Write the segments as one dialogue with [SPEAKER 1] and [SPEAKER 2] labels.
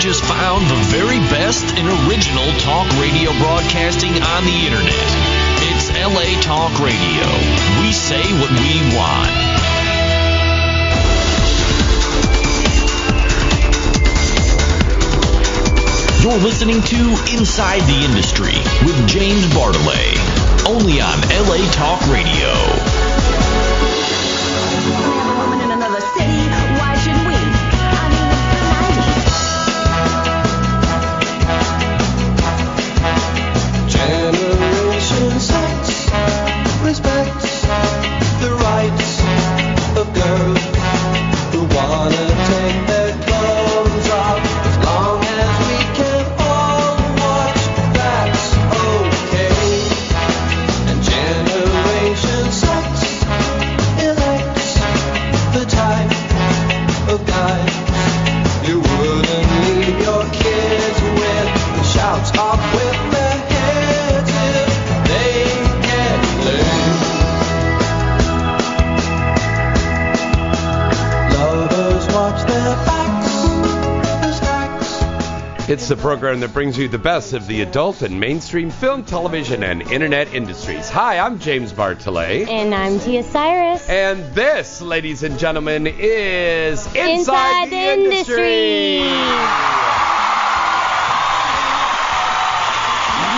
[SPEAKER 1] just found the very best in original talk radio broadcasting on the internet. It's LA Talk Radio. We say what we want. You're listening to Inside the Industry with James Bartolet, only on LA Talk Radio.
[SPEAKER 2] Generation sex respects the rights of girls who wanna take their clothes off. As long as we can all watch, that's okay. And Generation sex elects the type of guy you wouldn't leave your kids with. The shouts off with their heads if they can live. Lovers watch their backs, the stacks.
[SPEAKER 3] It's the program that brings you the best of the adult and mainstream film, television, and internet industries. Hi, I'm James Bartolet.
[SPEAKER 4] And I'm Tia Cyrus.
[SPEAKER 3] And this, ladies and gentlemen, is Inside,
[SPEAKER 4] Inside the Industry.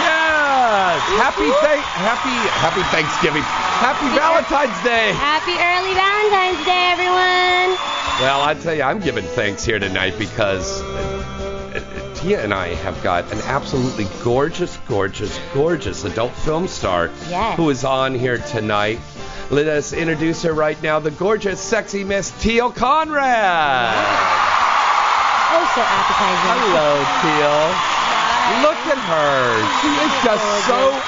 [SPEAKER 3] Yes! Happy, thank, happy, happy Thanksgiving. Happy Valentine's Day.
[SPEAKER 4] Happy early Valentine's Day, everyone.
[SPEAKER 3] Well, I tell you, I'm giving thanks here tonight because uh, uh, Tia and I have got an absolutely gorgeous, gorgeous, gorgeous adult film star
[SPEAKER 4] Yes.
[SPEAKER 3] who is on here tonight. Let us introduce her right now, the gorgeous, sexy Miss Teal Conrad.
[SPEAKER 4] Oh, so appetizing.
[SPEAKER 3] Hello, Teal. Look at her. She is just so.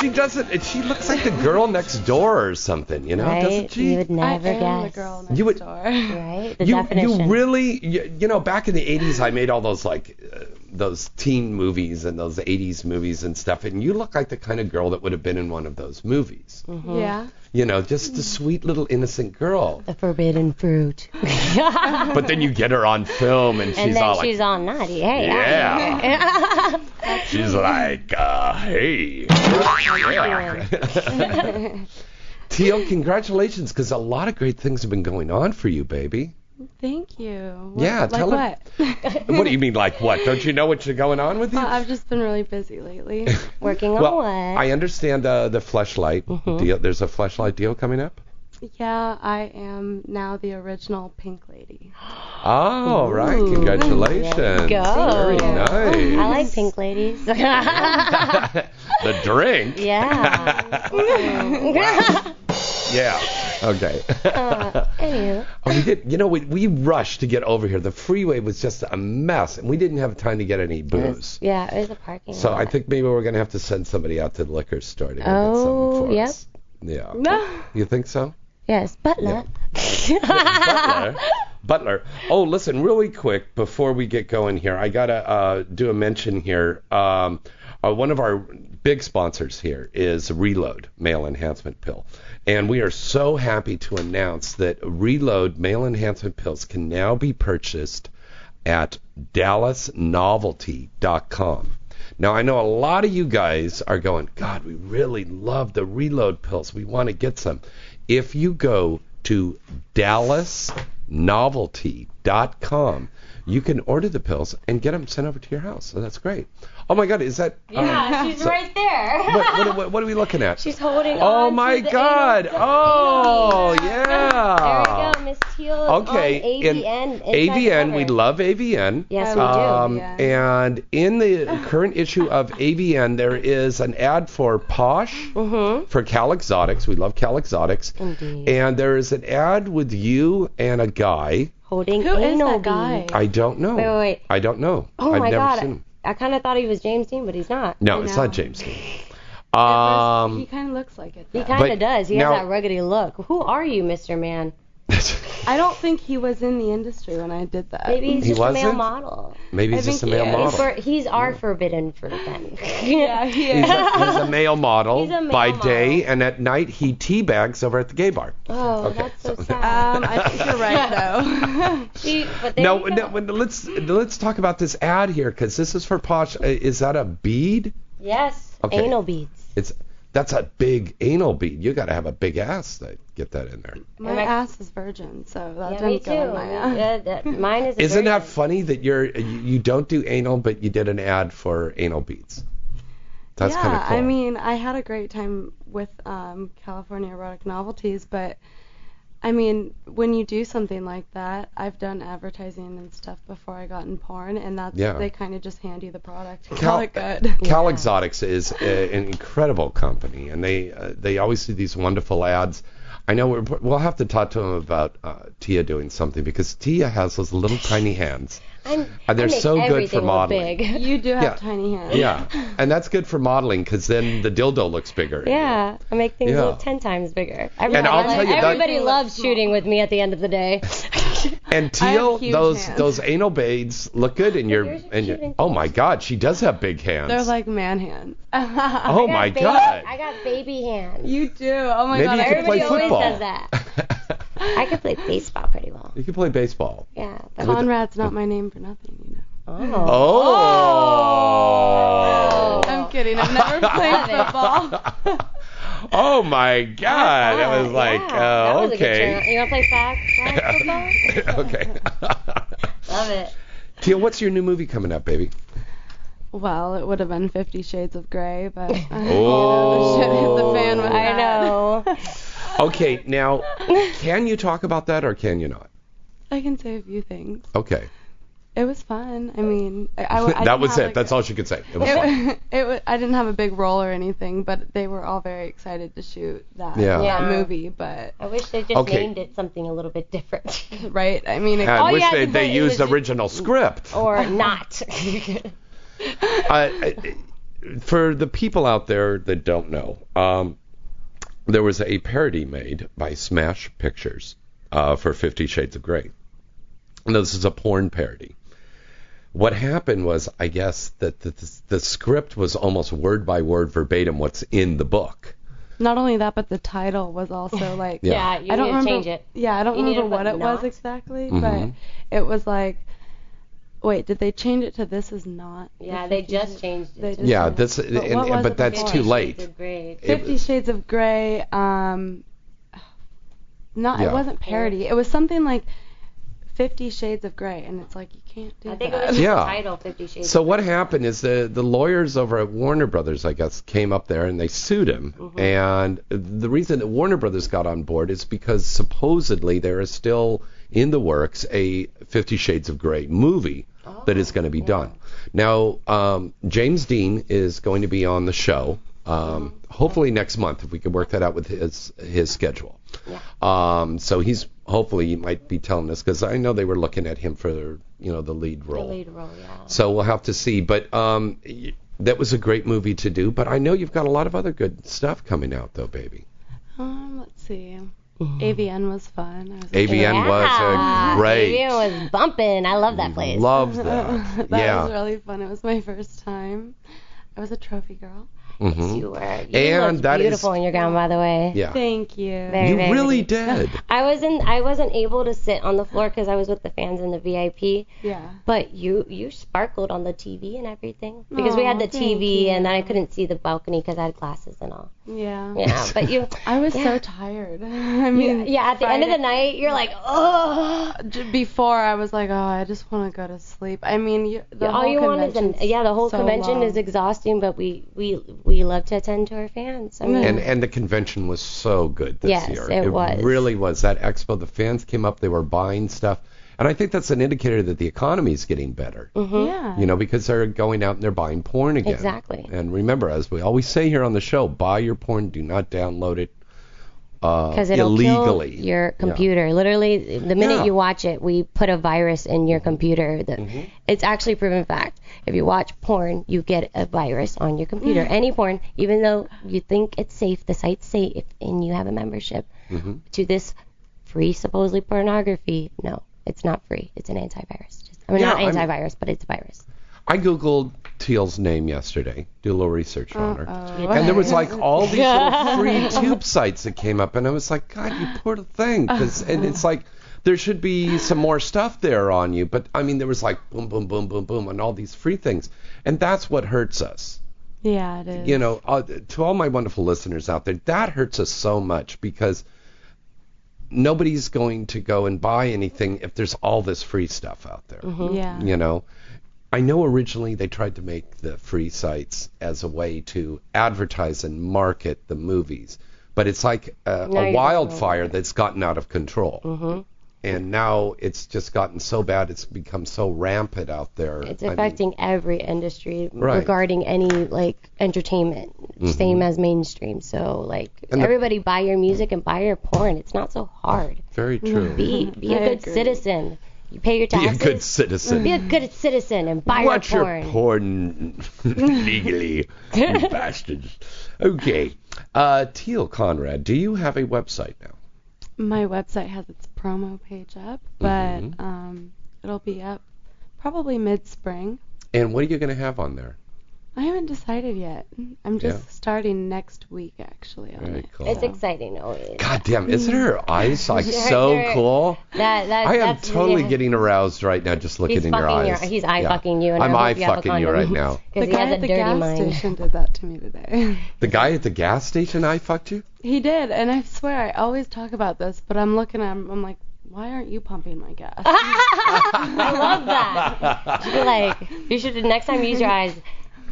[SPEAKER 3] She doesn't. She looks like the girl next door or something, you know, doesn't
[SPEAKER 4] Right?
[SPEAKER 3] she?
[SPEAKER 4] You would never
[SPEAKER 5] I am
[SPEAKER 4] guess.
[SPEAKER 5] the girl next
[SPEAKER 3] You would-
[SPEAKER 5] door.
[SPEAKER 4] Right? The
[SPEAKER 3] you,
[SPEAKER 4] definition.
[SPEAKER 3] You really, you, you know, back in the 80s, I made all those like uh, those teen movies and those 80s movies and stuff, and you look like the kind of girl that would have been in one of those movies.
[SPEAKER 4] Mm-hmm. Hmm.
[SPEAKER 5] Yeah.
[SPEAKER 3] You know, just a sweet little innocent girl.
[SPEAKER 4] the forbidden fruit.
[SPEAKER 3] But then you get her on film, and she's
[SPEAKER 4] and then
[SPEAKER 3] all
[SPEAKER 4] she's
[SPEAKER 3] like,
[SPEAKER 4] all naughty. Hey,
[SPEAKER 3] yeah. she's like, uh, hey. Teal, congratulations, because a lot of great things have been going on for you, baby.
[SPEAKER 5] Thank you. What-
[SPEAKER 3] Yeah,
[SPEAKER 5] like
[SPEAKER 3] tell her-
[SPEAKER 5] what?
[SPEAKER 3] What do you mean, like what? Don't you know what's going on with you?
[SPEAKER 5] Well, I've just been really busy lately.
[SPEAKER 4] working on Mm-hmm.
[SPEAKER 3] Well,
[SPEAKER 4] what?
[SPEAKER 3] I understand uh, the fleshlight deal. There's a fleshlight deal coming up.
[SPEAKER 5] yeah, I am now the original pink lady.
[SPEAKER 3] Oh, right. Congratulations.
[SPEAKER 4] there you go.
[SPEAKER 3] Very nice.
[SPEAKER 4] I like pink ladies.
[SPEAKER 3] the drink.
[SPEAKER 4] yeah.
[SPEAKER 3] Yeah. Okay.
[SPEAKER 4] Uh.
[SPEAKER 3] Oh,
[SPEAKER 4] Anywho.
[SPEAKER 3] we did. You know, we, we rushed to get over here. The freeway was just a mess, and we didn't have time to get any booze.
[SPEAKER 4] Yeah, it was a parking
[SPEAKER 3] So
[SPEAKER 4] lot.
[SPEAKER 3] I think maybe we're gonna have to send somebody out to the liquor store to go
[SPEAKER 4] Oh,
[SPEAKER 3] get
[SPEAKER 4] yep.
[SPEAKER 3] something for us. Yeah. You think so?
[SPEAKER 4] Yes, butler.
[SPEAKER 3] Butler. Butler. Oh, listen, really quick before we get going here, I gotta uh, do a mention here. Um, uh, one of our big sponsors here is Reload Male Enhancement Pill, and we are so happy to announce that Reload Male Enhancement Pills can now be purchased at dallasnovelty.com. Now, I know a lot of you guys are going, God, we really love the reload pills. We want to get some. If you go to dallasnovelty.com, you can order the pills and get them sent over to your house. So that's great. Oh my God, is that. Yeah.
[SPEAKER 4] she's right there.
[SPEAKER 3] what, what, what, what are we looking at?
[SPEAKER 4] She's holding on
[SPEAKER 3] oh
[SPEAKER 4] to
[SPEAKER 3] my
[SPEAKER 4] the
[SPEAKER 3] God.
[SPEAKER 4] anal-
[SPEAKER 3] Oh, yeah.
[SPEAKER 4] There we go, Miss Teal. is
[SPEAKER 3] Okay,
[SPEAKER 4] on AVN.
[SPEAKER 3] in
[SPEAKER 4] Inside
[SPEAKER 3] AVN, we
[SPEAKER 4] Cover.
[SPEAKER 3] love AVN.
[SPEAKER 4] Yes, we do.
[SPEAKER 3] Um,
[SPEAKER 5] yeah.
[SPEAKER 3] And in the current issue of AVN, there is an ad for Posh, for Cal Exotics. We love Cal Exotics.
[SPEAKER 4] Mm-hmm. Indeed.
[SPEAKER 3] And there is an ad with you and a guy.
[SPEAKER 4] Holding
[SPEAKER 5] Who is
[SPEAKER 4] anal
[SPEAKER 5] that guy?
[SPEAKER 4] beads.
[SPEAKER 3] I don't know.
[SPEAKER 4] Wait, wait, wait.
[SPEAKER 3] I don't know.
[SPEAKER 4] Oh
[SPEAKER 3] I've
[SPEAKER 4] my
[SPEAKER 3] never
[SPEAKER 4] God.
[SPEAKER 3] seen him.
[SPEAKER 4] I kind of thought he was James Dean, but he's not.
[SPEAKER 3] No, it's
[SPEAKER 5] know.
[SPEAKER 3] not James Dean.
[SPEAKER 5] he
[SPEAKER 3] Um,
[SPEAKER 5] kind of looks like it.
[SPEAKER 4] He
[SPEAKER 5] though.
[SPEAKER 4] kind
[SPEAKER 3] But
[SPEAKER 4] of does. He
[SPEAKER 3] now-
[SPEAKER 4] has that ruggedy look. Who are you, Mr. Man?
[SPEAKER 5] I don't think he was in the industry when I did that.
[SPEAKER 4] Maybe he's
[SPEAKER 3] He
[SPEAKER 4] just a male
[SPEAKER 3] wasn't?
[SPEAKER 4] model.
[SPEAKER 3] Maybe
[SPEAKER 5] I
[SPEAKER 3] he's just a
[SPEAKER 5] think
[SPEAKER 3] male
[SPEAKER 5] he is.
[SPEAKER 3] model.
[SPEAKER 4] For, he's our forbidden fruit then.
[SPEAKER 5] Yeah, he is.
[SPEAKER 3] He's a, he's a male model
[SPEAKER 4] He's a male
[SPEAKER 3] by
[SPEAKER 4] model.
[SPEAKER 3] day, and at night he teabags over at the gay bar.
[SPEAKER 4] Oh,
[SPEAKER 3] Okay,
[SPEAKER 4] that's so
[SPEAKER 3] so-
[SPEAKER 4] sad.
[SPEAKER 5] um, I think you're right though.
[SPEAKER 4] See, but there
[SPEAKER 3] No,
[SPEAKER 4] you
[SPEAKER 3] no,
[SPEAKER 4] go.
[SPEAKER 3] when- let's let's talk about this ad here because this is for Posh. Uh, Is that a bead?
[SPEAKER 4] Yes,
[SPEAKER 3] Okay.
[SPEAKER 4] anal beads.
[SPEAKER 3] It's that's a big anal bead. You got to have a big ass to get that in there.
[SPEAKER 5] my ass is virgin, so that
[SPEAKER 4] Yeah, me
[SPEAKER 5] didn't
[SPEAKER 4] too.
[SPEAKER 5] go in my ass.
[SPEAKER 4] Yeah, that- mine is. a
[SPEAKER 3] Isn't that
[SPEAKER 4] virgin.
[SPEAKER 3] funny that you're you you don't do anal, but you did an ad for anal beads? That's
[SPEAKER 5] yeah,
[SPEAKER 3] kind of cool.
[SPEAKER 5] I mean, I had a great time with um, California Erotic Novelties, but I mean, when you do something like that, I've done advertising and stuff before I got in porn, and that's
[SPEAKER 3] Yeah.
[SPEAKER 5] they kind of just hand you the product. and
[SPEAKER 3] Cal-
[SPEAKER 5] call it good.
[SPEAKER 3] Cal Exotics is a, an incredible company, and they uh, they always do these wonderful ads. I know we're, we'll have to talk to them about uh, Tia doing something because Tia has those little tiny hands.
[SPEAKER 4] I'm,
[SPEAKER 3] And they're
[SPEAKER 4] I make
[SPEAKER 3] so good for
[SPEAKER 4] everything look
[SPEAKER 3] modeling.
[SPEAKER 4] Big.
[SPEAKER 5] You do have
[SPEAKER 3] Yeah.
[SPEAKER 5] tiny hands.
[SPEAKER 3] Yeah, and that's good for modeling because then the dildo looks bigger.
[SPEAKER 4] Yeah, I make things
[SPEAKER 3] Yeah.
[SPEAKER 4] look ten times bigger. Everybody,
[SPEAKER 3] I'll tell you, that-
[SPEAKER 4] everybody loves
[SPEAKER 5] Everything
[SPEAKER 4] shooting with me at the end of the day.
[SPEAKER 3] And
[SPEAKER 5] I
[SPEAKER 3] Teal,
[SPEAKER 5] have huge
[SPEAKER 3] those
[SPEAKER 5] hands.
[SPEAKER 3] those anal beads look good in your
[SPEAKER 4] Yours are
[SPEAKER 3] in
[SPEAKER 4] cute
[SPEAKER 3] your.
[SPEAKER 4] and
[SPEAKER 3] Oh my God, she does have big hands.
[SPEAKER 5] They're like man hands.
[SPEAKER 3] oh my
[SPEAKER 4] Baby-
[SPEAKER 3] God.
[SPEAKER 4] I got baby hands.
[SPEAKER 5] you do. Oh my
[SPEAKER 3] Maybe
[SPEAKER 5] god.
[SPEAKER 3] you
[SPEAKER 5] I
[SPEAKER 3] could play
[SPEAKER 4] Everybody always
[SPEAKER 3] football.
[SPEAKER 4] does that. I could play baseball pretty well.
[SPEAKER 3] you can play baseball.
[SPEAKER 4] Yeah. But, oh.
[SPEAKER 5] Conrad's not my name for nothing, you know. Oh.
[SPEAKER 3] Oh.
[SPEAKER 5] I'm kidding. I've never played football.
[SPEAKER 3] Oh my God! It was
[SPEAKER 4] Oh, Yeah,
[SPEAKER 3] like,
[SPEAKER 4] that
[SPEAKER 3] uh,
[SPEAKER 4] was a good turn.
[SPEAKER 3] okay.
[SPEAKER 4] You want to play flag,
[SPEAKER 3] okay.
[SPEAKER 4] flag football? Love it.
[SPEAKER 3] Teal, what's your new movie coming up, baby?
[SPEAKER 5] Well, it would have been Fifty Shades of Grey, but uh,
[SPEAKER 3] Oh.
[SPEAKER 5] you know, the shit hit the fan with
[SPEAKER 4] I
[SPEAKER 5] that.
[SPEAKER 4] know.
[SPEAKER 3] Okay, now, can you talk about that or can you not?
[SPEAKER 5] I can say a few things.
[SPEAKER 3] Okay.
[SPEAKER 5] It was fun. I mean, I, I, I
[SPEAKER 3] that
[SPEAKER 5] didn't
[SPEAKER 3] was it.
[SPEAKER 5] have, like,
[SPEAKER 3] That's all she could say. It was fun.
[SPEAKER 5] It, it was, I didn't have a big role or anything, but they were all very excited to shoot that
[SPEAKER 3] Yeah.
[SPEAKER 4] Yeah.
[SPEAKER 5] movie. But
[SPEAKER 4] I wish they just
[SPEAKER 3] Okay.
[SPEAKER 4] named it something a little bit different.
[SPEAKER 5] right, I mean, it,
[SPEAKER 3] I
[SPEAKER 4] All you
[SPEAKER 3] wish
[SPEAKER 4] had
[SPEAKER 3] they,
[SPEAKER 4] to
[SPEAKER 3] they
[SPEAKER 4] say
[SPEAKER 3] used
[SPEAKER 4] was-
[SPEAKER 3] original script.
[SPEAKER 4] or not.
[SPEAKER 3] uh, uh, for the people out there that don't know, um, there was a parody made by Smash Pictures uh, for Fifty Shades of Grey. And this is a porn parody. What happened was, I guess, that the, the, the script was almost word by word verbatim what's in the book.
[SPEAKER 5] not only that, but the title was also like
[SPEAKER 3] Yeah.
[SPEAKER 4] yeah, you
[SPEAKER 5] I don't
[SPEAKER 4] need to
[SPEAKER 5] remember.
[SPEAKER 4] change it.
[SPEAKER 5] Yeah, I don't
[SPEAKER 4] You need to
[SPEAKER 5] remember what
[SPEAKER 4] put
[SPEAKER 5] it was
[SPEAKER 4] not.
[SPEAKER 5] exactly,
[SPEAKER 3] Mm-hmm.
[SPEAKER 5] but it was like, wait, did they change it to this is not? the
[SPEAKER 4] Yeah, they
[SPEAKER 5] 50
[SPEAKER 4] just changed
[SPEAKER 5] They
[SPEAKER 4] it.
[SPEAKER 5] just-
[SPEAKER 3] Yeah,
[SPEAKER 5] Isn't it?
[SPEAKER 3] this,
[SPEAKER 5] But
[SPEAKER 3] and,
[SPEAKER 5] what was
[SPEAKER 3] and- but
[SPEAKER 5] it
[SPEAKER 3] that's
[SPEAKER 5] before?
[SPEAKER 3] too
[SPEAKER 5] Fifty
[SPEAKER 3] late. It
[SPEAKER 5] Fifty Shades of Grey. Um, not
[SPEAKER 3] Yeah.
[SPEAKER 5] it wasn't parody. It was something like Fifty Shades of Grey, and it's like you can't do
[SPEAKER 4] I think it
[SPEAKER 5] that.
[SPEAKER 4] was just
[SPEAKER 3] Yeah.
[SPEAKER 4] the title, Fifty Shades.
[SPEAKER 3] So what happened is the the lawyers over at Warner Brothers, I guess, came up there and they sued him. And the reason that Warner Brothers got on board is because supposedly there is still in the works a Fifty Shades of Grey movie that is going to be done. Now um, James Dean is going to be on the show. Um, Hopefully next month, if we can work that out with his his schedule. Um, so he's hopefully he might be telling us because I know they were looking at him for you know the lead role.
[SPEAKER 4] The lead role, yeah.
[SPEAKER 3] So we'll have to see. But um, y- that was a great movie to do. But I know you've got a lot of other good stuff coming out, though, baby.
[SPEAKER 5] Um, let's see. AVN was fun. I was like,
[SPEAKER 3] AVN was a great.
[SPEAKER 4] It was bumping. I love that place.
[SPEAKER 3] Love that.
[SPEAKER 5] that
[SPEAKER 3] yeah.
[SPEAKER 5] was really fun. It was my first time. I was a trophy girl.
[SPEAKER 4] Yes, you were. You
[SPEAKER 3] Mm-hmm. And
[SPEAKER 4] looked
[SPEAKER 3] that is-
[SPEAKER 4] beautiful in your gown, by the way.
[SPEAKER 3] yeah.
[SPEAKER 5] Thank you.
[SPEAKER 4] Very,
[SPEAKER 3] you
[SPEAKER 4] very
[SPEAKER 3] really
[SPEAKER 4] pretty.
[SPEAKER 3] did.
[SPEAKER 4] I wasn't. I wasn't able to sit on the floor because I was with the fans in the VIP.
[SPEAKER 5] Yeah.
[SPEAKER 4] But you you sparkled on the TV and everything because we
[SPEAKER 5] Aw,
[SPEAKER 4] had the
[SPEAKER 5] thank
[SPEAKER 4] TV
[SPEAKER 5] you.
[SPEAKER 4] and I couldn't see the balcony because I had glasses and all.
[SPEAKER 5] Yeah.
[SPEAKER 4] Yeah, but you.
[SPEAKER 5] I was so tired. I mean,
[SPEAKER 4] Yeah, at the end of the night, you're like, oh.
[SPEAKER 5] J- before I was like, oh, I just want to go to sleep. I mean, you, the
[SPEAKER 4] all
[SPEAKER 5] whole
[SPEAKER 4] you want is an,
[SPEAKER 5] convention's
[SPEAKER 4] yeah. The whole
[SPEAKER 5] so
[SPEAKER 4] convention
[SPEAKER 5] long.
[SPEAKER 4] is exhausting, but we we we love to attend to our fans. I mean,
[SPEAKER 3] And and the convention was so good this
[SPEAKER 4] Yes,
[SPEAKER 3] year.
[SPEAKER 4] it was.
[SPEAKER 3] really was. That expo, the fans came up, they were buying stuff. And I think that's an indicator that the economy is getting better.
[SPEAKER 5] yeah.
[SPEAKER 3] You know, because they're going out and they're buying porn again.
[SPEAKER 4] mm-hmm. Exactly.
[SPEAKER 3] And remember, as we always say here on the show, buy your porn, do not download it. uh,
[SPEAKER 4] because it'll
[SPEAKER 3] Oh. illegally.
[SPEAKER 4] kill your computer. Literally, the minute
[SPEAKER 3] Yeah. Mm-hmm.
[SPEAKER 4] you watch it, we put a virus in your computer. That it's actually proven fact. If you watch porn, you get a virus on your computer.
[SPEAKER 3] Mm.
[SPEAKER 4] Any porn, even though you think it's safe, the site's safe, and you have a membership to this free supposedly pornography. No, it's not free. It's an antivirus. Just, I mean,
[SPEAKER 3] Yeah,
[SPEAKER 4] not
[SPEAKER 3] I'm-
[SPEAKER 4] antivirus, but it's a virus.
[SPEAKER 3] I googled Teal's name yesterday. Do a little research on her.
[SPEAKER 5] Uh-oh.
[SPEAKER 3] And there was like all these little free tube sites that came up, and I was like, God, you poor thing. 'Cause- and it's like, there should be some more stuff there on you. But I mean, there was like boom, boom, boom, boom, boom, and all these free things. And that's what hurts us.
[SPEAKER 5] Yeah, it is.
[SPEAKER 3] You know, uh, to all my wonderful listeners out there, that hurts us so much because nobody's going to go and buy anything if there's all this free stuff out there
[SPEAKER 5] Yeah.
[SPEAKER 3] you know i know originally they tried to make the free sites as a way to advertise and market the movies but it's like a,
[SPEAKER 4] Now
[SPEAKER 3] a
[SPEAKER 4] you're
[SPEAKER 3] wildfire that's gotten out of control
[SPEAKER 4] Mm-hmm.
[SPEAKER 3] and now it's just gotten so bad it's become so rampant out there
[SPEAKER 4] It's
[SPEAKER 3] I mean,
[SPEAKER 4] affecting every industry
[SPEAKER 3] Right. Mm-hmm.
[SPEAKER 4] regarding any like entertainment, same as mainstream. So like
[SPEAKER 3] And the-
[SPEAKER 4] everybody buy your music and buy your porn. It's not so hard.
[SPEAKER 3] very true be
[SPEAKER 4] Be be a
[SPEAKER 5] I
[SPEAKER 4] good
[SPEAKER 5] agree.
[SPEAKER 4] citizen. You pay your
[SPEAKER 3] a
[SPEAKER 4] taxes.
[SPEAKER 3] good citizen
[SPEAKER 4] Be a good citizen and buy
[SPEAKER 3] watch
[SPEAKER 4] your porn.
[SPEAKER 3] your porn legally you bastards okay uh teal conrad do you have a website now
[SPEAKER 5] My website has its promo page up, but
[SPEAKER 4] Mm-hmm.
[SPEAKER 5] um, it'll be up probably mid-spring.
[SPEAKER 3] and what are you going to have on there
[SPEAKER 5] I haven't decided yet. I'm just
[SPEAKER 3] Yeah.
[SPEAKER 5] starting next week, actually. On it.
[SPEAKER 3] cool
[SPEAKER 4] It's exciting always.
[SPEAKER 3] God damn, isn't her eyes like so
[SPEAKER 4] they're-
[SPEAKER 3] cool?
[SPEAKER 4] That, that,
[SPEAKER 3] I am
[SPEAKER 4] that's-
[SPEAKER 3] totally
[SPEAKER 4] yeah.
[SPEAKER 3] getting aroused right now just looking
[SPEAKER 4] He's
[SPEAKER 3] in
[SPEAKER 4] fucking
[SPEAKER 3] your eyes.
[SPEAKER 4] he's eye
[SPEAKER 3] Yeah.
[SPEAKER 4] fucking you, and
[SPEAKER 3] I'm
[SPEAKER 4] I
[SPEAKER 3] eye
[SPEAKER 4] hope you have a
[SPEAKER 3] fucking you
[SPEAKER 4] condom.
[SPEAKER 3] right now.
[SPEAKER 5] The
[SPEAKER 4] Because he
[SPEAKER 5] guy
[SPEAKER 4] has a
[SPEAKER 5] at the
[SPEAKER 4] dirty
[SPEAKER 5] gas
[SPEAKER 4] mind.
[SPEAKER 5] station did that to me today.
[SPEAKER 3] The guy at the gas station eye fucked you?
[SPEAKER 5] he did, and I swear I always talk about this, but I'm looking at him. I'm like, why aren't you pumping my gas?
[SPEAKER 4] I love that. She'd be like, you should next time use your eyes.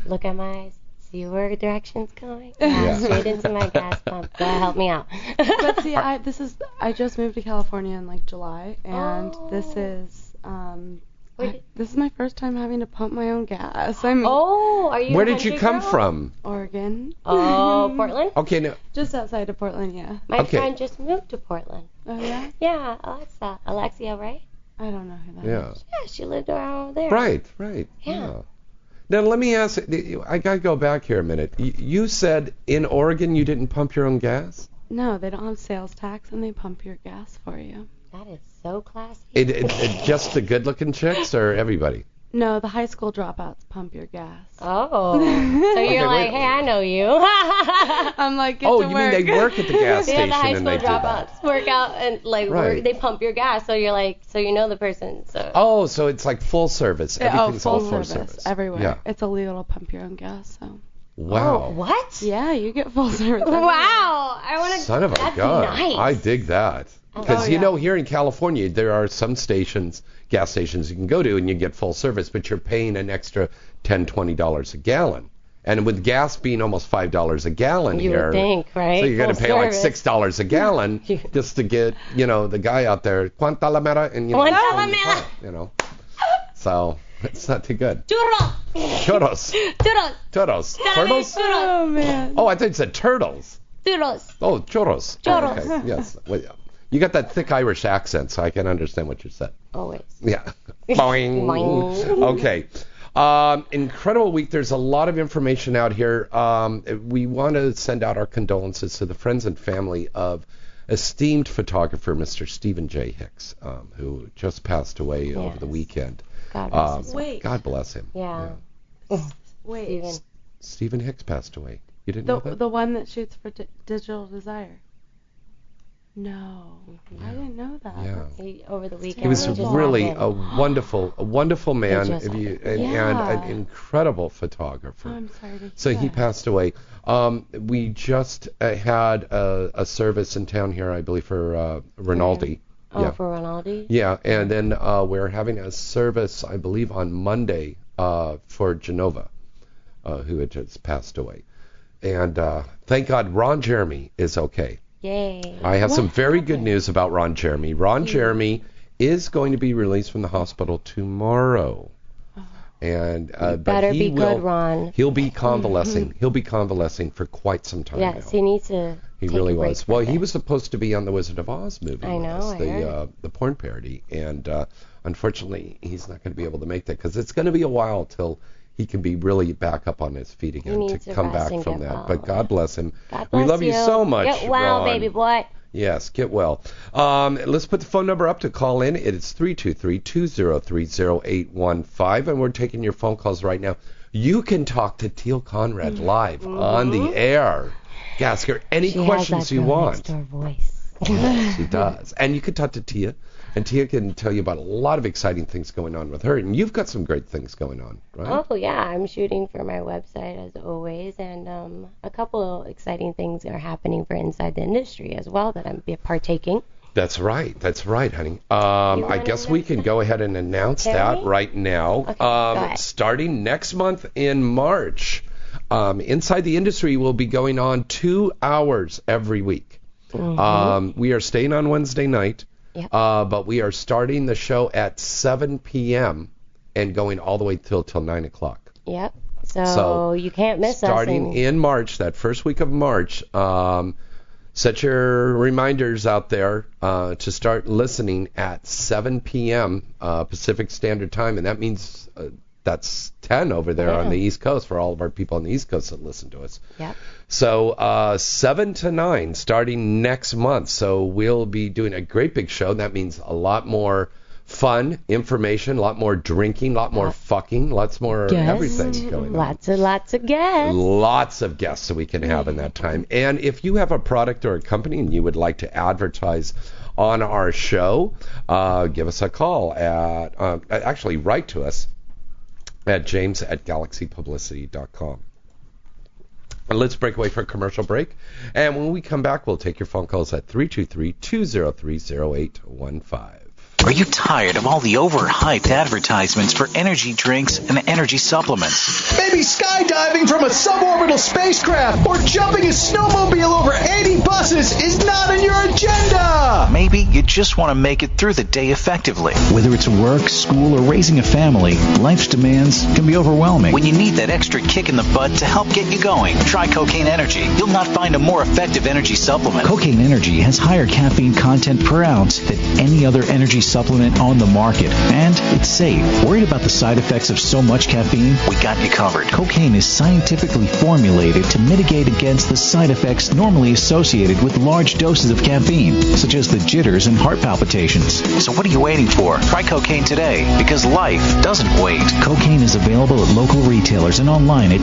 [SPEAKER 4] Look at my eyes. See where direction's going. Yeah,
[SPEAKER 3] Yeah.
[SPEAKER 4] Straight into my gas pump. God help me out.
[SPEAKER 5] but see, I this is I just moved to California in like July, and
[SPEAKER 4] Oh.
[SPEAKER 5] this is um
[SPEAKER 4] Where did-
[SPEAKER 5] this is my first time having to pump my own gas. I'm
[SPEAKER 4] oh, are you?
[SPEAKER 3] Where
[SPEAKER 4] a
[SPEAKER 3] did you
[SPEAKER 4] country
[SPEAKER 3] come
[SPEAKER 4] girl?
[SPEAKER 3] from?
[SPEAKER 5] Oregon,
[SPEAKER 4] Oh, Portland.
[SPEAKER 3] Okay, now,
[SPEAKER 5] just outside of Portland. Yeah.
[SPEAKER 4] My
[SPEAKER 3] Okay.
[SPEAKER 4] friend just moved to Portland.
[SPEAKER 5] Oh yeah.
[SPEAKER 4] Yeah, Alexa, Alexia, right?
[SPEAKER 5] I don't know who that is.
[SPEAKER 3] yeah.
[SPEAKER 4] Yeah, she lived around there.
[SPEAKER 3] Right, right.
[SPEAKER 4] Yeah.
[SPEAKER 3] Now let me ask I got to go back here a minute. You- You said in Oregon you didn't pump your own gas?
[SPEAKER 5] No, they don't have sales tax, and they pump your gas for you.
[SPEAKER 4] That is so classy.
[SPEAKER 3] It, it, it just the good-looking chicks or everybody?
[SPEAKER 5] No, the high school dropouts pump your gas.
[SPEAKER 4] Oh, so you're
[SPEAKER 3] wait.
[SPEAKER 4] like, hey, I know you.
[SPEAKER 5] I'm like, get
[SPEAKER 3] Oh,
[SPEAKER 5] to
[SPEAKER 3] you
[SPEAKER 5] work.
[SPEAKER 3] mean they work at the gas
[SPEAKER 4] Yeah,
[SPEAKER 3] station
[SPEAKER 4] the high
[SPEAKER 3] and
[SPEAKER 4] school
[SPEAKER 3] they do that?
[SPEAKER 4] dropouts work out and like
[SPEAKER 3] Right.
[SPEAKER 4] work, they pump your gas, so you're like, so you know the person. So
[SPEAKER 3] Oh, so it's like full service.
[SPEAKER 5] Yeah, oh,
[SPEAKER 3] Everything's all
[SPEAKER 5] full
[SPEAKER 3] full
[SPEAKER 5] service, everywhere.
[SPEAKER 3] Yeah.
[SPEAKER 5] It's illegal to pump your own gas, so
[SPEAKER 3] Wow.
[SPEAKER 4] Oh, what?
[SPEAKER 5] yeah, you get full service.
[SPEAKER 4] Wow, I want to.
[SPEAKER 3] Son of a
[SPEAKER 4] that's
[SPEAKER 3] gun.
[SPEAKER 4] Nice.
[SPEAKER 3] I dig that. Because
[SPEAKER 5] Oh,
[SPEAKER 3] you
[SPEAKER 5] yeah.
[SPEAKER 3] know, here in California, there are some stations, gas stations you can go to and you get full service, but you're paying an extra ten, twenty dollars a gallon. And with gas being almost five dollars a gallon
[SPEAKER 4] You would
[SPEAKER 3] here,
[SPEAKER 4] think, right?
[SPEAKER 3] So you're gonna
[SPEAKER 4] Full
[SPEAKER 3] pay like
[SPEAKER 4] service.
[SPEAKER 3] six dollars a gallon just to get, you know, the guy out there, "Cuánta la mera?" and you know,
[SPEAKER 4] Cuánta
[SPEAKER 3] and
[SPEAKER 4] la
[SPEAKER 3] you
[SPEAKER 4] mera?
[SPEAKER 3] pay, you know. So it's not too good.
[SPEAKER 4] Churros,
[SPEAKER 3] Churros,
[SPEAKER 4] churros,
[SPEAKER 3] churros, turtles.
[SPEAKER 4] churros,
[SPEAKER 5] Oh man.
[SPEAKER 3] Oh, I thought you said turtles.
[SPEAKER 4] churros.
[SPEAKER 3] Oh, churros.
[SPEAKER 4] Churros.
[SPEAKER 3] Okay. Yes. Well, yeah. You got that thick Irish accent, so I can understand what you said.
[SPEAKER 4] Always.
[SPEAKER 3] Yeah. Boing.
[SPEAKER 4] Boing.
[SPEAKER 3] Okay. Um, incredible week. There's a lot of information out here. Um, we want to send out our condolences to the friends and family of esteemed photographer Mr. Stephen J. Hicks, um, who just passed away over the
[SPEAKER 4] Yes.
[SPEAKER 3] weekend.
[SPEAKER 4] God bless
[SPEAKER 3] Um,
[SPEAKER 4] his-
[SPEAKER 5] Wait.
[SPEAKER 3] God bless him.
[SPEAKER 4] Yeah.
[SPEAKER 5] Wait.
[SPEAKER 4] Even.
[SPEAKER 3] Stephen Hicks passed away. You didn't
[SPEAKER 5] The
[SPEAKER 3] know that?
[SPEAKER 5] the one that shoots for di- Digital Desire. No, I didn't know that.
[SPEAKER 3] yeah.
[SPEAKER 4] Mm-hmm. He, over the weekend.
[SPEAKER 3] He was
[SPEAKER 4] just
[SPEAKER 3] really a
[SPEAKER 4] happened.
[SPEAKER 3] wonderful, a wonderful man,
[SPEAKER 4] just
[SPEAKER 3] if you, and, and
[SPEAKER 5] Yeah.
[SPEAKER 3] an incredible photographer.
[SPEAKER 5] I'm sorry to hear
[SPEAKER 3] so he
[SPEAKER 5] that.
[SPEAKER 3] passed away. Um, we just uh, had a, a service in town here, I believe, for uh, Rinaldi.
[SPEAKER 4] Oh,
[SPEAKER 3] yeah,
[SPEAKER 4] for Ronaldo.
[SPEAKER 3] yeah, and then uh, we're having a service, I believe, on Monday uh, for Genova, uh, who had just passed away. And uh, thank God, Ron Jeremy is okay.
[SPEAKER 4] Yay.
[SPEAKER 3] I have some very good news about Ron Jeremy.
[SPEAKER 4] Hmm.
[SPEAKER 3] Ron Jeremy is going to be released from the hospital tomorrow. And uh, but
[SPEAKER 4] Oh. better
[SPEAKER 3] he
[SPEAKER 4] be
[SPEAKER 3] will,
[SPEAKER 4] good, Ron. Mm-hmm.
[SPEAKER 3] He'll be convalescing. He'll be convalescing for quite some time.
[SPEAKER 4] Yes,
[SPEAKER 3] now.
[SPEAKER 4] he needs to.
[SPEAKER 3] He
[SPEAKER 4] take
[SPEAKER 3] really
[SPEAKER 4] a break
[SPEAKER 3] was.
[SPEAKER 4] for
[SPEAKER 3] Well,
[SPEAKER 4] a
[SPEAKER 3] he
[SPEAKER 4] bit.
[SPEAKER 3] was supposed to be on the Wizard of Oz movie.
[SPEAKER 4] I
[SPEAKER 3] with
[SPEAKER 4] know,
[SPEAKER 3] us,
[SPEAKER 4] I
[SPEAKER 3] the
[SPEAKER 4] heard.
[SPEAKER 3] Uh, the porn parody, and uh, unfortunately, he's not going to be able to make that because it's going to be a while till he can be really back up on his feet again
[SPEAKER 4] needs
[SPEAKER 3] to
[SPEAKER 4] to
[SPEAKER 3] come
[SPEAKER 4] rest
[SPEAKER 3] back
[SPEAKER 4] and
[SPEAKER 3] from
[SPEAKER 4] get
[SPEAKER 3] that.
[SPEAKER 4] well.
[SPEAKER 3] But God bless him.
[SPEAKER 4] God
[SPEAKER 3] we
[SPEAKER 4] bless
[SPEAKER 3] love you so much,
[SPEAKER 4] Get well,
[SPEAKER 3] Ron.
[SPEAKER 4] baby boy.
[SPEAKER 3] Yes, get well. Um, let's put the phone number up to call in. It's 323-203-0815, and we're taking your phone calls right now. You can talk to Teal Conrad live on the air. Ask her any
[SPEAKER 4] Mm-hmm. She has
[SPEAKER 3] questions
[SPEAKER 4] that
[SPEAKER 3] you
[SPEAKER 4] girl
[SPEAKER 3] want.
[SPEAKER 4] next door voice.
[SPEAKER 3] she does. And you can talk to Tia, and Tia can tell you about a lot of exciting things going on with her. And you've got some great things going on, right?
[SPEAKER 4] Oh yeah, I'm shooting for my website as always, and um, a couple exciting things are happening for inside the industry as well that I'm be- partaking.
[SPEAKER 3] That's right. That's right, honey. Um, I
[SPEAKER 4] wanna
[SPEAKER 3] guess we can go ahead and announce
[SPEAKER 4] Can
[SPEAKER 3] that
[SPEAKER 4] we?
[SPEAKER 3] right now.
[SPEAKER 4] go
[SPEAKER 3] um,
[SPEAKER 4] ahead.
[SPEAKER 3] starting next month in March, um, Inside the Industry will be going on two hours every week. Um, we are staying on Wednesday night,
[SPEAKER 4] Mm-hmm. Yep.
[SPEAKER 3] uh, but we are starting the show at 7 p.m. and going all the way till till 9 o'clock.
[SPEAKER 4] Yep. So,
[SPEAKER 3] So,
[SPEAKER 4] you can't miss us.
[SPEAKER 3] starting
[SPEAKER 4] and-
[SPEAKER 3] in March, that first week of March, um, set your reminders out there uh, to start listening at 7 p.m. Uh, Pacific Standard Time, and that means uh, that's 10 over there on the East Coast for all of our people on the East Coast that listen to us.
[SPEAKER 4] Yep.
[SPEAKER 3] So uh, seven to nine starting next month. So we'll be doing a great big show. That means a lot more fun, information, a lot more drinking, a lot more fucking, lots more
[SPEAKER 4] Yes.
[SPEAKER 3] everything going on.
[SPEAKER 4] Mm-hmm. Lots and lots of guests.
[SPEAKER 3] Lots of guests that we can have in that time. And if you have a product or a company and you would like to advertise on our show, uh, give us a call at uh, actually write to us at james at galaxypublicity.com. And let's break away for a commercial break. And when we come back, we'll take your phone calls at 323 203 0815.
[SPEAKER 6] Are you tired of all the overhyped advertisements for energy drinks and energy supplements?
[SPEAKER 7] Maybe skydiving from a suborbital spacecraft or jumping a snowmobile over 80 buses is not in your agenda.
[SPEAKER 6] Maybe you just want to make it through the day effectively.
[SPEAKER 7] Whether it's work, school, or raising a family, life's demands can be overwhelming.
[SPEAKER 6] When you need that extra kick in the butt to help get you going, try Cocaine Energy. You'll not find a more effective energy supplement.
[SPEAKER 7] Cocaine Energy has higher caffeine content per ounce than any other energy supplement on the market, and it's safe. Worried about the side effects of so much caffeine?
[SPEAKER 6] we got you covered.
[SPEAKER 7] Cocaine is scientifically formulated to mitigate against the side effects normally associated with large doses of caffeine, such as the jitters and heart palpitations.
[SPEAKER 6] So what are you waiting for? Try cocaine today because life doesn't wait.
[SPEAKER 7] Cocaine is available at local retailers and online at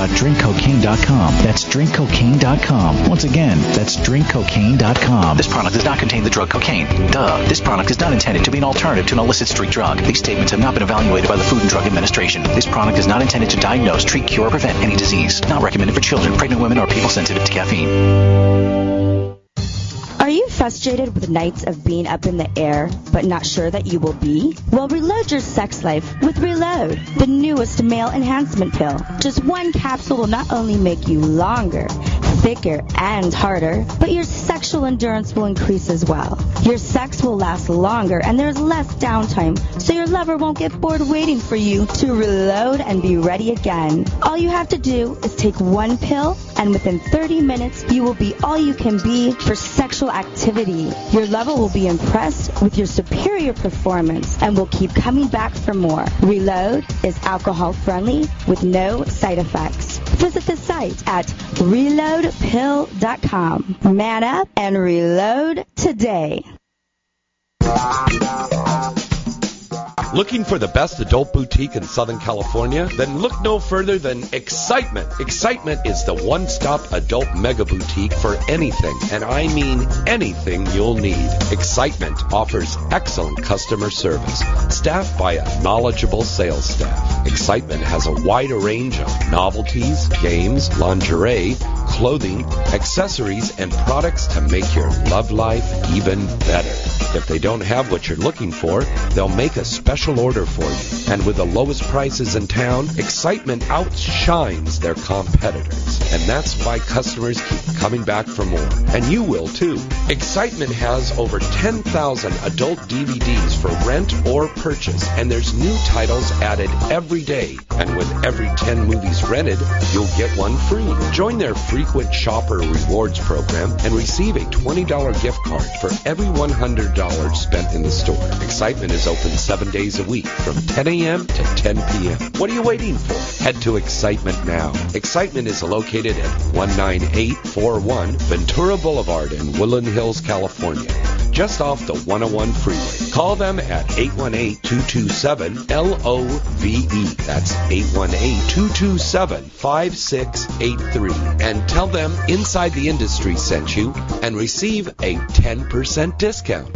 [SPEAKER 7] www.drinkcocaine.com. That's drinkcocaine.com. Once again, that's drinkcocaine.com.
[SPEAKER 6] This product does not contain the drug cocaine. Duh. This product is not intended to be an alternative to an illicit street drug. These statements have not been evaluated by the Food and Drug Administration. This product is not intended to diagnose, treat, cure, or prevent any disease. Not recommended for children, pregnant women, or people sensitive to caffeine.
[SPEAKER 8] Are you frustrated with nights of being up in the air but not sure that you will be? Well, reload your sex life with Reload, the newest male enhancement pill. Just one capsule will not only make you longer, thicker, and harder, but your sexual endurance will increase as well. Your sex will last longer and there's less downtime, so your lover won't get bored waiting for you to reload and be ready again. All you have to do is take one pill, and within 30 minutes, you will be all you can be for sexual activity. Your lover will be impressed with your superior performance and will keep coming back for more. Reload is alcohol friendly with no side effects. Visit the site at reloadpill.com. Man up and reload today.
[SPEAKER 3] Looking for the best adult boutique in Southern California? Then look no further than Excitement. Excitement is the one stop adult mega boutique for anything, and I mean anything you'll need. Excitement offers excellent customer service, staffed by a knowledgeable sales staff. Excitement has a wider range of novelties, games, lingerie, clothing, accessories, and products to make your love life even better. If they don't have what you're looking for, they'll make a special order for you. And with the lowest prices in town, excitement outshines their competitors. And that's why customers keep coming back for more. And you will too. Excitement has over 10,000 adult DVDs for rent or purchase, and there's new titles added every day. And with every 10 movies rented, you'll get one free. Join their frequent shopper rewards program and receive a $20 gift card for every $100 spent in the store. Excitement is open seven days a week from 10 a.m. to 10 p.m. What are you waiting for? Head to Excitement now. Excitement is located at 19841 Ventura Boulevard in Woodland Hills, California, just off the 101 freeway. Call them at 818-227-LOVE. E. That's 818-227-5683. And tell them Inside the Industry sent you and receive a 10% discount.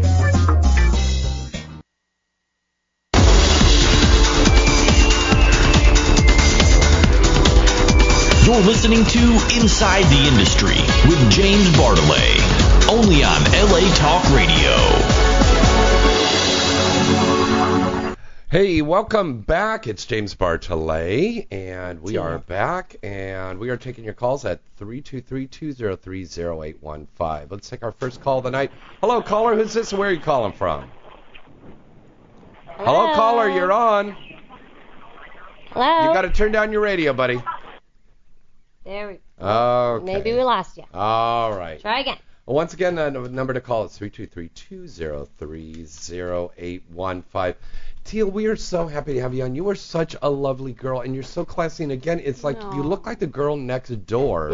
[SPEAKER 1] You're listening to Inside the Industry with James Bartolet, only on LA Talk Radio.
[SPEAKER 3] Hey, welcome back. It's James Bartolet, and we are back, and we are taking your calls at 323-203-0815. Let's take our first call of the night. Hello, caller. Who's this? Where are you calling from? Hello,
[SPEAKER 4] Hello.
[SPEAKER 3] caller. You're on.
[SPEAKER 4] Hello.
[SPEAKER 3] You got to turn down your radio, buddy.
[SPEAKER 4] there we
[SPEAKER 3] Okay.
[SPEAKER 4] Maybe we lost you.
[SPEAKER 3] All right.
[SPEAKER 4] Try again.
[SPEAKER 3] Well, Once again, the n- number to call is 323-203-0815. Teal, we are so happy to have you on. You are such a lovely girl, and you're so classy. And again, it's like you
[SPEAKER 5] Aw.
[SPEAKER 3] look like the girl next
[SPEAKER 9] Mm-hmm.
[SPEAKER 3] door.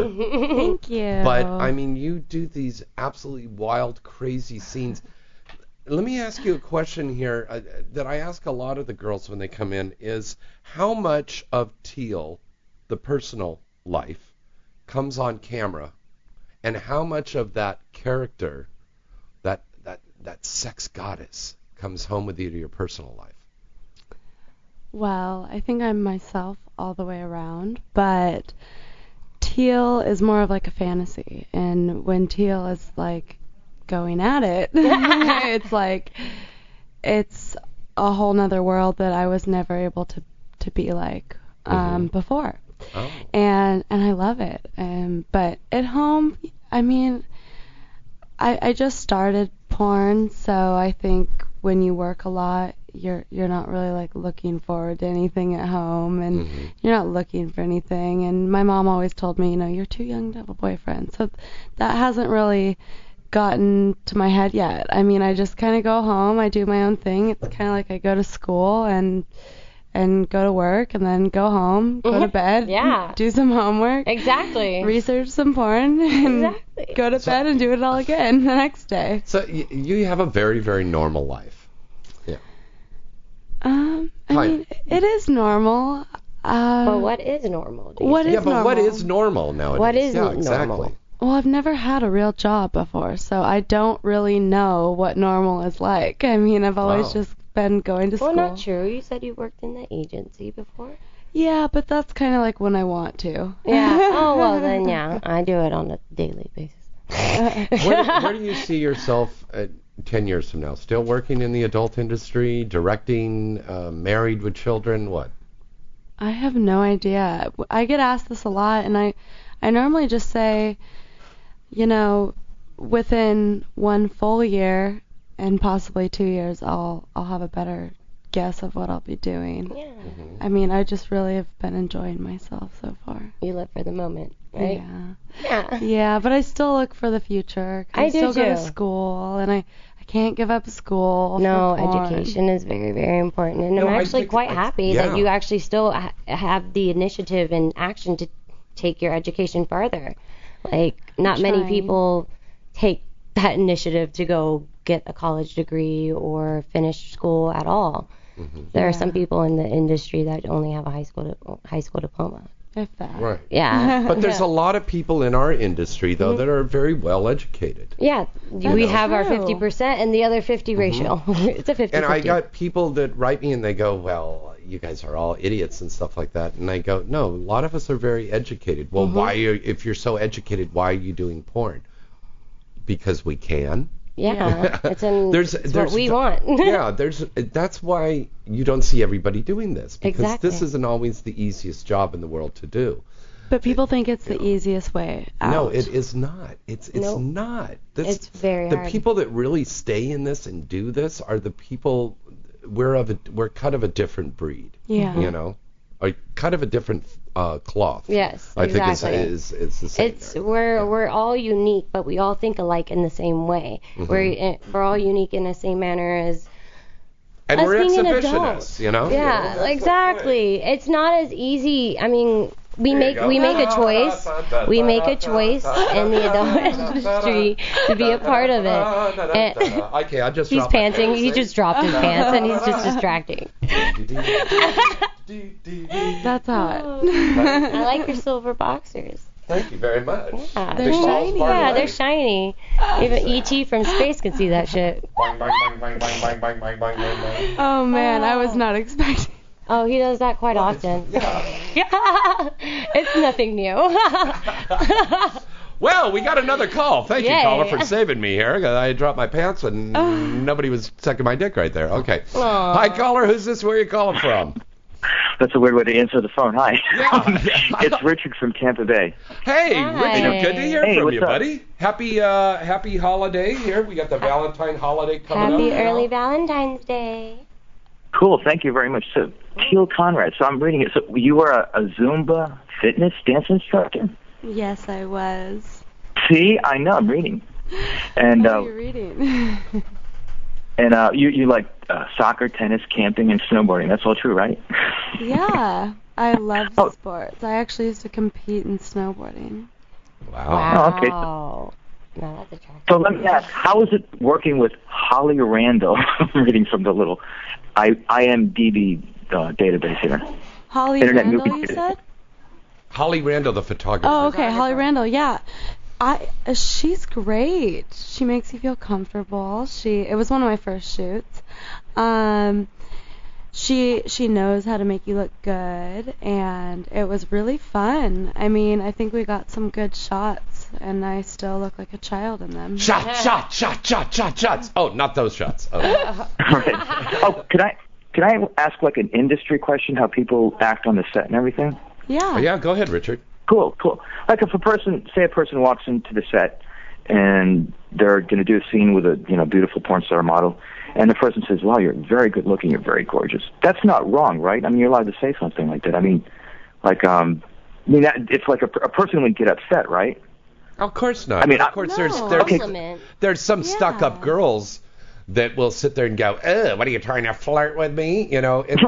[SPEAKER 5] Thank you.
[SPEAKER 3] but I mean, you do these absolutely wild, crazy scenes. Let me ask you a question here uh, that I ask a lot of the girls when they come in: is how much of Teal, the personal life, comes on camera and how much of that character, that that that sex goddess, comes home with you to your personal life.
[SPEAKER 5] Well, I think I'm myself all the way around, but Teal is more of like a fantasy. And when Teal is like going at it, it's like it's a whole nother world that I was never able to to be like um, before.
[SPEAKER 3] Oh,
[SPEAKER 5] And and I love it. Um, but at home, I mean, I I just started porn, so I think when you work a lot, you're you're not really like looking forward to anything at home, and you're not looking for anything. And my mom always told me, you know, you're too young to have a boyfriend, so that hasn't really gotten to my head yet. I mean, I just kind of go home, I do my own thing. It's kind of like I go to school and and go to work and then go home, go to
[SPEAKER 4] Mhm.
[SPEAKER 5] bed,
[SPEAKER 4] Yeah.
[SPEAKER 5] do some homework,
[SPEAKER 4] Exactly.
[SPEAKER 5] research some porn, and
[SPEAKER 4] Exactly.
[SPEAKER 5] go to bed and do it all again the next day.
[SPEAKER 3] so y- you have a very very normal life. Yeah.
[SPEAKER 5] Um, I
[SPEAKER 3] Fine.
[SPEAKER 5] mean, it is normal. Uh,
[SPEAKER 4] But what is normal? do you
[SPEAKER 5] What
[SPEAKER 4] think?
[SPEAKER 5] is
[SPEAKER 3] yeah, but
[SPEAKER 5] normal?
[SPEAKER 3] what is normal nowadays?
[SPEAKER 4] What is
[SPEAKER 3] yeah,
[SPEAKER 4] n-
[SPEAKER 3] exactly.
[SPEAKER 4] normal?
[SPEAKER 5] Well, I've never had a real job before, so I don't really know what normal is like. I mean, I've always
[SPEAKER 3] Wow.
[SPEAKER 5] just been going to
[SPEAKER 4] Well,
[SPEAKER 5] school.
[SPEAKER 4] not true. You said you worked in the agency before.
[SPEAKER 5] Yeah, but that's kind of like when I want to.
[SPEAKER 4] Yeah. oh well, then yeah, I do it on a daily basis.
[SPEAKER 3] where, where do you see yourself uh, 10 years from now? Still working in the adult industry, directing, uh, married with children, what?
[SPEAKER 5] I have no idea. W- I get asked this a lot, and I, I normally just say, you know, within one full year and possibly two years, I'll I'll have a better guess of what I'll be doing.
[SPEAKER 4] Yeah.
[SPEAKER 3] Mm-hmm.
[SPEAKER 5] I mean, I just really have been enjoying myself so far.
[SPEAKER 4] You live for the moment, right?
[SPEAKER 5] Yeah.
[SPEAKER 4] Yeah.
[SPEAKER 5] Yeah, but I still look for the future. 'cause
[SPEAKER 4] I
[SPEAKER 5] I,
[SPEAKER 4] do
[SPEAKER 5] still go to
[SPEAKER 4] too.
[SPEAKER 5] school, and I I can't give up school. for
[SPEAKER 4] No,
[SPEAKER 5] porn.
[SPEAKER 4] education is very, very important, and
[SPEAKER 3] No,
[SPEAKER 4] I'm
[SPEAKER 3] I
[SPEAKER 4] actually
[SPEAKER 3] think
[SPEAKER 4] quite
[SPEAKER 3] it's-
[SPEAKER 4] happy
[SPEAKER 3] yeah.
[SPEAKER 4] that you actually still ha- have the initiative and action to take your education further. Like, not many
[SPEAKER 5] trying.
[SPEAKER 4] people take that initiative to go get a college degree or finish school at all. There are some people in the industry that only have a high school di- high school diploma.
[SPEAKER 5] If that.
[SPEAKER 3] Right.
[SPEAKER 4] Yeah,
[SPEAKER 3] But there's a lot of people in our industry, though, that are very well educated.
[SPEAKER 4] yeah. we have our
[SPEAKER 5] true.
[SPEAKER 4] 50% and the other 50 ratio. it's a 50
[SPEAKER 3] Mm-hmm. And I got people that write me and they go, well, you guys are all idiots and stuff like that. And I go, no, a lot of us are very educated. Well,
[SPEAKER 4] Mm-hmm.
[SPEAKER 3] why are you, if you're so educated, why are you doing porn? Because we can.
[SPEAKER 4] Yeah, it's, in,
[SPEAKER 3] There's-
[SPEAKER 4] it's
[SPEAKER 3] there's
[SPEAKER 4] what we
[SPEAKER 3] the-
[SPEAKER 4] want.
[SPEAKER 3] yeah, there's that's why you don't see everybody doing this because this
[SPEAKER 4] Exactly.
[SPEAKER 3] isn't always the easiest job in the world to do.
[SPEAKER 5] But people think it's the easiest way out.
[SPEAKER 3] No, it is not. It's it's
[SPEAKER 4] Nope.
[SPEAKER 3] not. This,
[SPEAKER 4] It's very
[SPEAKER 3] the
[SPEAKER 4] hard.
[SPEAKER 3] people that really stay in this and do this are the people we're of a, we're cut of a different breed.
[SPEAKER 5] Yeah.
[SPEAKER 3] You know, or cut of a different uh, cloth.
[SPEAKER 4] Yes,
[SPEAKER 3] I
[SPEAKER 4] exactly.
[SPEAKER 3] think it's, it's, it's the same.
[SPEAKER 4] It's we're we're all unique, but we
[SPEAKER 3] Mm-hmm.
[SPEAKER 4] all think alike in the same way. We're eh, we're all unique in the same manner as
[SPEAKER 3] and
[SPEAKER 4] us
[SPEAKER 3] we're
[SPEAKER 4] being an
[SPEAKER 3] exhibitionists,
[SPEAKER 4] adult.
[SPEAKER 3] you know.
[SPEAKER 4] Yeah, exactly. It's not as easy. I mean, we make
[SPEAKER 3] go.
[SPEAKER 4] we make a choice. We make a choice in the adult industry to be a part of it. And
[SPEAKER 3] okay, uh, I just
[SPEAKER 4] he's
[SPEAKER 3] dropped my
[SPEAKER 4] panting.
[SPEAKER 3] pants.
[SPEAKER 4] He just dropped his pants and he's just distracting.
[SPEAKER 5] That's hot.
[SPEAKER 4] I like your silver boxers.
[SPEAKER 3] Thank you very much.
[SPEAKER 4] Yeah,
[SPEAKER 3] Big Ah, balls
[SPEAKER 5] shiny.
[SPEAKER 3] far
[SPEAKER 4] Yeah,
[SPEAKER 3] away.
[SPEAKER 4] they're shiny. Even ET from space can see that shit.
[SPEAKER 3] Bang, bang, bang, bang, bang, bang, bang, bang, bang, bang.
[SPEAKER 5] Oh man, I was not expecting.
[SPEAKER 4] Oh, he does that quite often.
[SPEAKER 3] Yeah.
[SPEAKER 4] it's nothing new.
[SPEAKER 3] Well, we got another call. Thank you,
[SPEAKER 4] Yay. Oh.
[SPEAKER 3] caller, for saving me here. I dropped my pants and nobody was sucking my dick right there. Okay.
[SPEAKER 4] Aw.
[SPEAKER 3] Hi, caller. Who's this? Where are you calling from?
[SPEAKER 10] That's a weird way to answer the phone. Hi. Um, it's Richard from Tampa Bay.
[SPEAKER 3] Hey,
[SPEAKER 4] Hi.
[SPEAKER 3] Richard. Good to hear
[SPEAKER 10] Hey,
[SPEAKER 3] from
[SPEAKER 10] what's
[SPEAKER 3] you,
[SPEAKER 10] up?
[SPEAKER 3] buddy. Happy uh, happy holiday here. We got the Valentine holiday coming up.
[SPEAKER 4] Happy
[SPEAKER 3] you know?
[SPEAKER 4] early Valentine's Day.
[SPEAKER 10] Cool. Thank you very much. So, Keel Conrad. So I'm reading it. So you are a, a Zumba fitness dance instructor.
[SPEAKER 5] Yes, I was.
[SPEAKER 10] See, I know. I'm reading. And
[SPEAKER 5] What
[SPEAKER 10] uh,
[SPEAKER 5] are you reading?
[SPEAKER 10] and uh, you you like uh, soccer, tennis, camping, and snowboarding. That's all true, right?
[SPEAKER 5] yeah, I love
[SPEAKER 10] Oh.
[SPEAKER 5] sports. I actually used to compete in snowboarding.
[SPEAKER 3] Wow.
[SPEAKER 4] Wow.
[SPEAKER 10] Oh, okay.
[SPEAKER 4] No, that's attractive.
[SPEAKER 10] So let me ask, how is it working with Holly Randall? I'm reading from the little I IMDb uh, database here.
[SPEAKER 5] Holly
[SPEAKER 10] Internet
[SPEAKER 5] Randall,
[SPEAKER 10] movie
[SPEAKER 5] you
[SPEAKER 10] database.
[SPEAKER 5] said?
[SPEAKER 3] Holly Randall, the photographer.
[SPEAKER 5] Oh, okay, Holly Randall. Yeah, I uh, she's great. She makes you feel comfortable. She it was one of my first shoots. Um, she she knows how to make you look good, and it was really fun. I mean, I think we got some good shots, and I still look like a child in
[SPEAKER 4] Oh.
[SPEAKER 5] them.
[SPEAKER 3] Shot, shot, shot, shot, shot, shots. Oh, not those shots. Oh.
[SPEAKER 4] Uh-huh.
[SPEAKER 10] Right. oh, could I could I ask like an industry question? How people act on the set and everything?
[SPEAKER 5] Yeah.
[SPEAKER 3] Oh, yeah, go ahead, Richard.
[SPEAKER 10] Cool, cool. Like if a person, say a person walks into the set and they're going to do a scene with a you know beautiful porn star model, and the person says, "Wow, you're very good looking. You're very gorgeous." That's not wrong, right? I mean, you're allowed to say something like that. I mean, like um, I mean that it's like a, a person would get upset, right?
[SPEAKER 3] Of course not.
[SPEAKER 10] I mean,
[SPEAKER 3] of
[SPEAKER 10] I-
[SPEAKER 3] course
[SPEAKER 5] No.
[SPEAKER 3] there's there's
[SPEAKER 10] Okay.
[SPEAKER 4] Compliment.
[SPEAKER 3] there's some
[SPEAKER 5] Yeah.
[SPEAKER 3] stuck-up girls that will sit there and go, "Oh, what are you trying to flirt with me?" You know. and-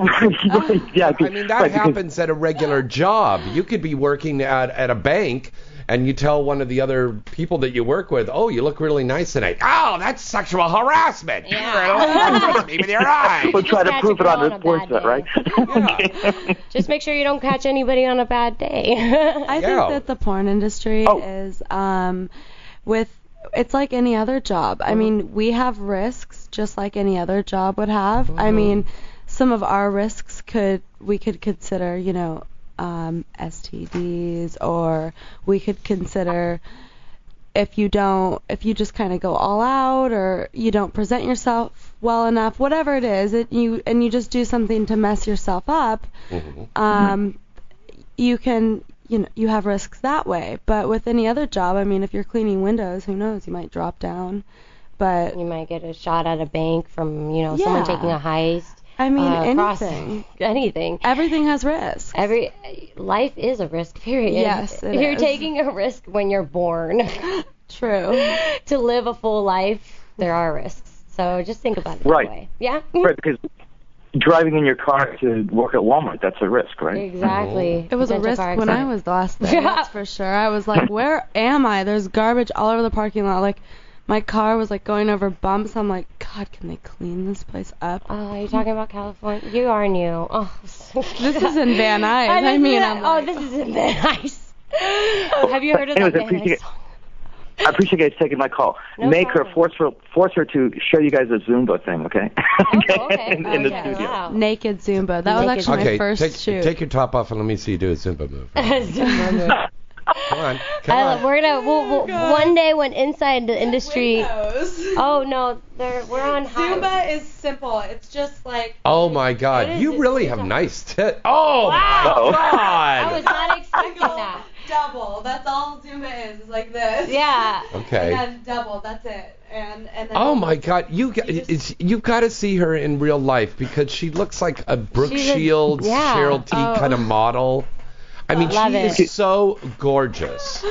[SPEAKER 10] yeah.
[SPEAKER 3] I mean, that
[SPEAKER 10] right, because-
[SPEAKER 3] happens at a regular job. You could be working at at a bank. And you tell one of the other people that you work with, "Oh, you look really nice tonight." Oh, that's sexual harassment. Yeah. me with your eyes.
[SPEAKER 10] We'll try to
[SPEAKER 4] catch a
[SPEAKER 10] prove it
[SPEAKER 4] girl
[SPEAKER 10] on
[SPEAKER 4] on
[SPEAKER 10] this
[SPEAKER 4] a
[SPEAKER 10] porn
[SPEAKER 4] bad
[SPEAKER 10] set,
[SPEAKER 4] day.
[SPEAKER 10] right?
[SPEAKER 4] Just make sure you don't catch anybody on a bad day.
[SPEAKER 5] I
[SPEAKER 3] Yeah.
[SPEAKER 5] think that the porn industry
[SPEAKER 10] Oh.
[SPEAKER 5] is um, with it's like any other job. I mean, we have risks just like any other job would have. I mean, some of our risks could we could consider, you know, um, STDs, or we could consider if you don't if you just kind of go all out or you don't present yourself well enough whatever it is it, you and you just do something to mess yourself up
[SPEAKER 11] Mm-hmm. Uh,
[SPEAKER 5] um, you can you know you have risks that way but with any other job i mean if you're cleaning windows who knows you might drop down but
[SPEAKER 4] you might get a shot at a bank from, you know, someone
[SPEAKER 5] Yeah.
[SPEAKER 4] taking a heist.
[SPEAKER 5] i mean
[SPEAKER 4] uh, cross-
[SPEAKER 5] anything
[SPEAKER 4] anything.
[SPEAKER 5] everything has risks
[SPEAKER 4] Every life is a risk. Period.
[SPEAKER 5] Yes, it
[SPEAKER 4] you're
[SPEAKER 5] is.
[SPEAKER 4] taking a risk when you're born.
[SPEAKER 5] true
[SPEAKER 4] to live a full life, there are risks. So just think about it that
[SPEAKER 10] Right.
[SPEAKER 4] way. Yeah.
[SPEAKER 10] right, because driving in your car to work at Walmart—that's a risk, right?
[SPEAKER 3] Oh.
[SPEAKER 4] Exactly.
[SPEAKER 5] It was a
[SPEAKER 4] Potential
[SPEAKER 5] risk
[SPEAKER 4] car
[SPEAKER 5] when I
[SPEAKER 4] accident.
[SPEAKER 5] was the last there, that's for sure. I was like, where am I? There's garbage all over the parking lot. Like, my car was like going over bumps. I'm like, God, can they clean this place up?
[SPEAKER 4] Oh, you're talking about California. You are new. Oh,
[SPEAKER 5] This is in Van Nuys. I, mean, I'm
[SPEAKER 4] oh,
[SPEAKER 5] like,
[SPEAKER 4] this is in Van Nuys. Have you heard of the
[SPEAKER 10] Anyways, I
[SPEAKER 4] Van
[SPEAKER 10] appreciate
[SPEAKER 4] Nuys?
[SPEAKER 10] it. I appreciate you guys taking my call.
[SPEAKER 4] No
[SPEAKER 10] Make her
[SPEAKER 4] problem.
[SPEAKER 10] force her force her to show you guys a Zumba thing, okay?
[SPEAKER 4] Oh, okay.
[SPEAKER 10] in, in the
[SPEAKER 4] Okay,
[SPEAKER 10] studio.
[SPEAKER 4] wow.
[SPEAKER 5] naked Zumba. That was
[SPEAKER 4] Naked
[SPEAKER 5] actually
[SPEAKER 3] okay,
[SPEAKER 5] my first
[SPEAKER 3] take,
[SPEAKER 5] shoot.
[SPEAKER 3] take your top off and let me see you do a Zumba move. Come on, come
[SPEAKER 4] I
[SPEAKER 3] on.
[SPEAKER 4] love, Uh, we're gonna we'll,
[SPEAKER 5] Oh
[SPEAKER 4] we'll, one day when inside the industry. Oh no, they're, we're on high.
[SPEAKER 5] is simple. It's just like
[SPEAKER 3] Oh my
[SPEAKER 4] What
[SPEAKER 3] God,
[SPEAKER 4] is
[SPEAKER 3] you
[SPEAKER 4] this?
[SPEAKER 3] really have nice tit. Oh
[SPEAKER 4] Wow.
[SPEAKER 3] my
[SPEAKER 4] I was
[SPEAKER 3] God.
[SPEAKER 4] not expecting that.
[SPEAKER 5] double. That's all Zumba is. It's like this.
[SPEAKER 4] Yeah.
[SPEAKER 3] Okay.
[SPEAKER 5] double. That's it. And and then
[SPEAKER 3] Oh my God, you got, it's, you got to see her in real life because she looks like a Brooke
[SPEAKER 4] She's a-
[SPEAKER 3] Shields,
[SPEAKER 4] yeah. Oh.
[SPEAKER 3] Cheryl T kind of model. I mean,
[SPEAKER 4] Love
[SPEAKER 3] she is
[SPEAKER 4] it.
[SPEAKER 3] so gorgeous.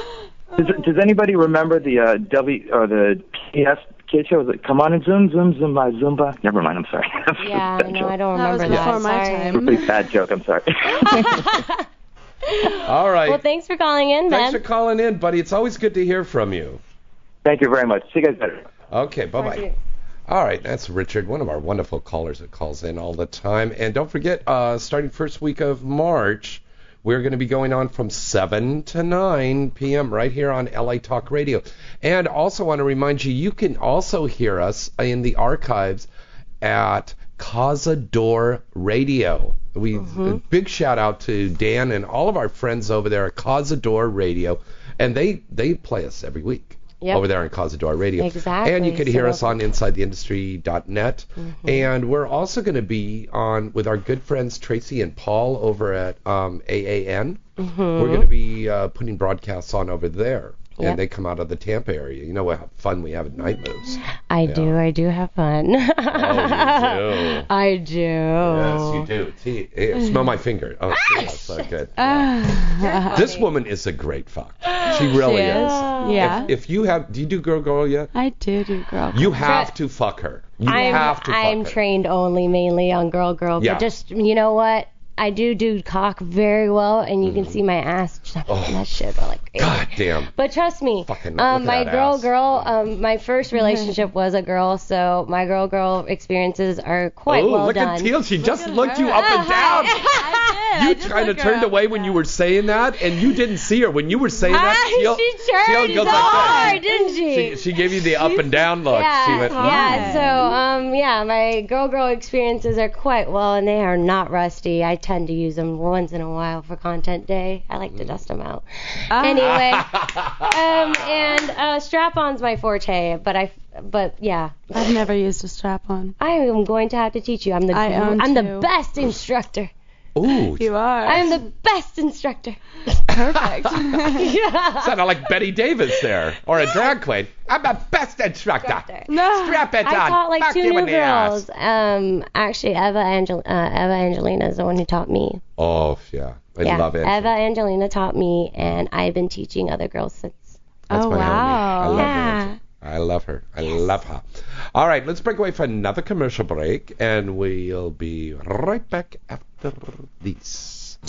[SPEAKER 10] Does, does anybody remember the uh, W or the PS kid show? Was it come on and zoom, zoom, zumba, zumba? Never mind, I'm sorry.
[SPEAKER 4] Yeah,
[SPEAKER 10] Bad
[SPEAKER 4] no,
[SPEAKER 10] joke.
[SPEAKER 4] I don't
[SPEAKER 5] That was
[SPEAKER 4] remember
[SPEAKER 5] before
[SPEAKER 4] that.
[SPEAKER 5] my
[SPEAKER 4] Sorry.
[SPEAKER 5] time.
[SPEAKER 10] Really bad joke. I'm sorry.
[SPEAKER 3] All right.
[SPEAKER 4] Well, thanks for calling in,
[SPEAKER 3] Thanks
[SPEAKER 4] Ben.
[SPEAKER 3] for calling in, buddy. It's always good to hear from you.
[SPEAKER 10] Thank you very much. See you guys later.
[SPEAKER 3] Okay, bye bye. All right, that's Richard, one of our wonderful callers that calls in all the time. And don't forget, uh, starting first week of March, we're going to be going on from 7 to 9 p.m. right here on LA Talk Radio. And also want to remind you, you can also hear us in the archives at Causador Radio. We
[SPEAKER 4] Mm-hmm.
[SPEAKER 3] a big shout out to Dan and all of our friends over there at Causador Radio, and they they play us every week
[SPEAKER 4] Yep.
[SPEAKER 3] over there on Causador Radio.
[SPEAKER 4] Exactly.
[SPEAKER 3] And you can hear
[SPEAKER 4] So-
[SPEAKER 3] us on InsideTheIndustry.net,
[SPEAKER 5] Mm-hmm.
[SPEAKER 3] and we're also going to be on with our good friends Tracy and Paul over at um, AAN.
[SPEAKER 5] Mm-hmm.
[SPEAKER 3] We're going to be uh, putting broadcasts on over there.
[SPEAKER 4] Yep.
[SPEAKER 3] And they come out of the Tampa area. You know how fun we have at night moves.
[SPEAKER 4] I do. I do have fun.
[SPEAKER 3] Oh, you do.
[SPEAKER 4] I do.
[SPEAKER 5] Oh.
[SPEAKER 3] Yes, you do. See, eh, smell my finger. Oh, see, that's so good.
[SPEAKER 5] Ah.
[SPEAKER 3] this woman is a great fuck. She really
[SPEAKER 5] She
[SPEAKER 3] is.
[SPEAKER 5] Yeah.
[SPEAKER 3] If you have, do you do girl girl yet?
[SPEAKER 5] I do do girl.
[SPEAKER 3] You have to fuck her. You
[SPEAKER 4] I'm,
[SPEAKER 3] have to fuck
[SPEAKER 4] I'm
[SPEAKER 3] her.
[SPEAKER 4] trained only mainly on girl girl,
[SPEAKER 3] Yeah.
[SPEAKER 4] but just you know what? I do do cock very well, and you
[SPEAKER 3] Mm-hmm.
[SPEAKER 4] can see my ass just oh. that shit. But like,
[SPEAKER 3] God damn.
[SPEAKER 4] But trust me,
[SPEAKER 3] Fucking look
[SPEAKER 4] um,
[SPEAKER 3] at
[SPEAKER 4] my
[SPEAKER 3] that
[SPEAKER 4] girl,
[SPEAKER 3] ass.
[SPEAKER 4] girl, um, my first relationship was a girl, so my girl, girl experiences are quite
[SPEAKER 3] oh,
[SPEAKER 4] well
[SPEAKER 3] look
[SPEAKER 4] done.
[SPEAKER 3] at Teal. She just looked you up and down. You kind of turned away when you were saying that, and you didn't see her when you were saying
[SPEAKER 4] Ah,
[SPEAKER 3] that. Teal,
[SPEAKER 4] she
[SPEAKER 3] Teal
[SPEAKER 4] turned
[SPEAKER 3] goes
[SPEAKER 4] so
[SPEAKER 3] like that.
[SPEAKER 4] hard, didn't
[SPEAKER 3] She, she gave you the up and down look.
[SPEAKER 4] Yeah,
[SPEAKER 3] she went, "Hmm."
[SPEAKER 4] yeah. So, um, yeah, my girl girl experiences are quite well, and they are not rusty. I tend to use them once in a while for content day. I
[SPEAKER 3] Hmm.
[SPEAKER 4] like to dust them out.
[SPEAKER 5] Ah.
[SPEAKER 4] Anyway, um, and uh, strap-ons my forte, but I, but yeah,
[SPEAKER 5] I've never used a strap on.
[SPEAKER 4] I am going to have to teach you. I'm the
[SPEAKER 5] I own
[SPEAKER 4] am the
[SPEAKER 5] two.
[SPEAKER 4] best instructor.
[SPEAKER 3] Ooh,
[SPEAKER 5] You are.
[SPEAKER 4] I'm the best instructor.
[SPEAKER 5] perfect.
[SPEAKER 3] "Hmm?" sounded like Betty Davis there, or a drag queen. I'm a best instructor.
[SPEAKER 5] no.
[SPEAKER 3] Strap it
[SPEAKER 4] I
[SPEAKER 3] on.
[SPEAKER 4] taught like
[SPEAKER 3] Fuck
[SPEAKER 4] two
[SPEAKER 3] you in
[SPEAKER 4] new
[SPEAKER 3] the ass.
[SPEAKER 4] girls. Um, actually, Eva Angel uh, Eva Angelina is the one who taught me.
[SPEAKER 3] Oh yeah, I
[SPEAKER 4] Yeah,
[SPEAKER 3] love it.
[SPEAKER 4] Eva Angelina taught me, and I've been teaching other girls since.
[SPEAKER 3] That's
[SPEAKER 5] Oh,
[SPEAKER 3] my homie. I
[SPEAKER 5] wow.
[SPEAKER 3] love her.
[SPEAKER 4] Yeah.
[SPEAKER 3] Angel. I love her. I love her. All right, let's break away for another commercial break, and we'll be right back after these.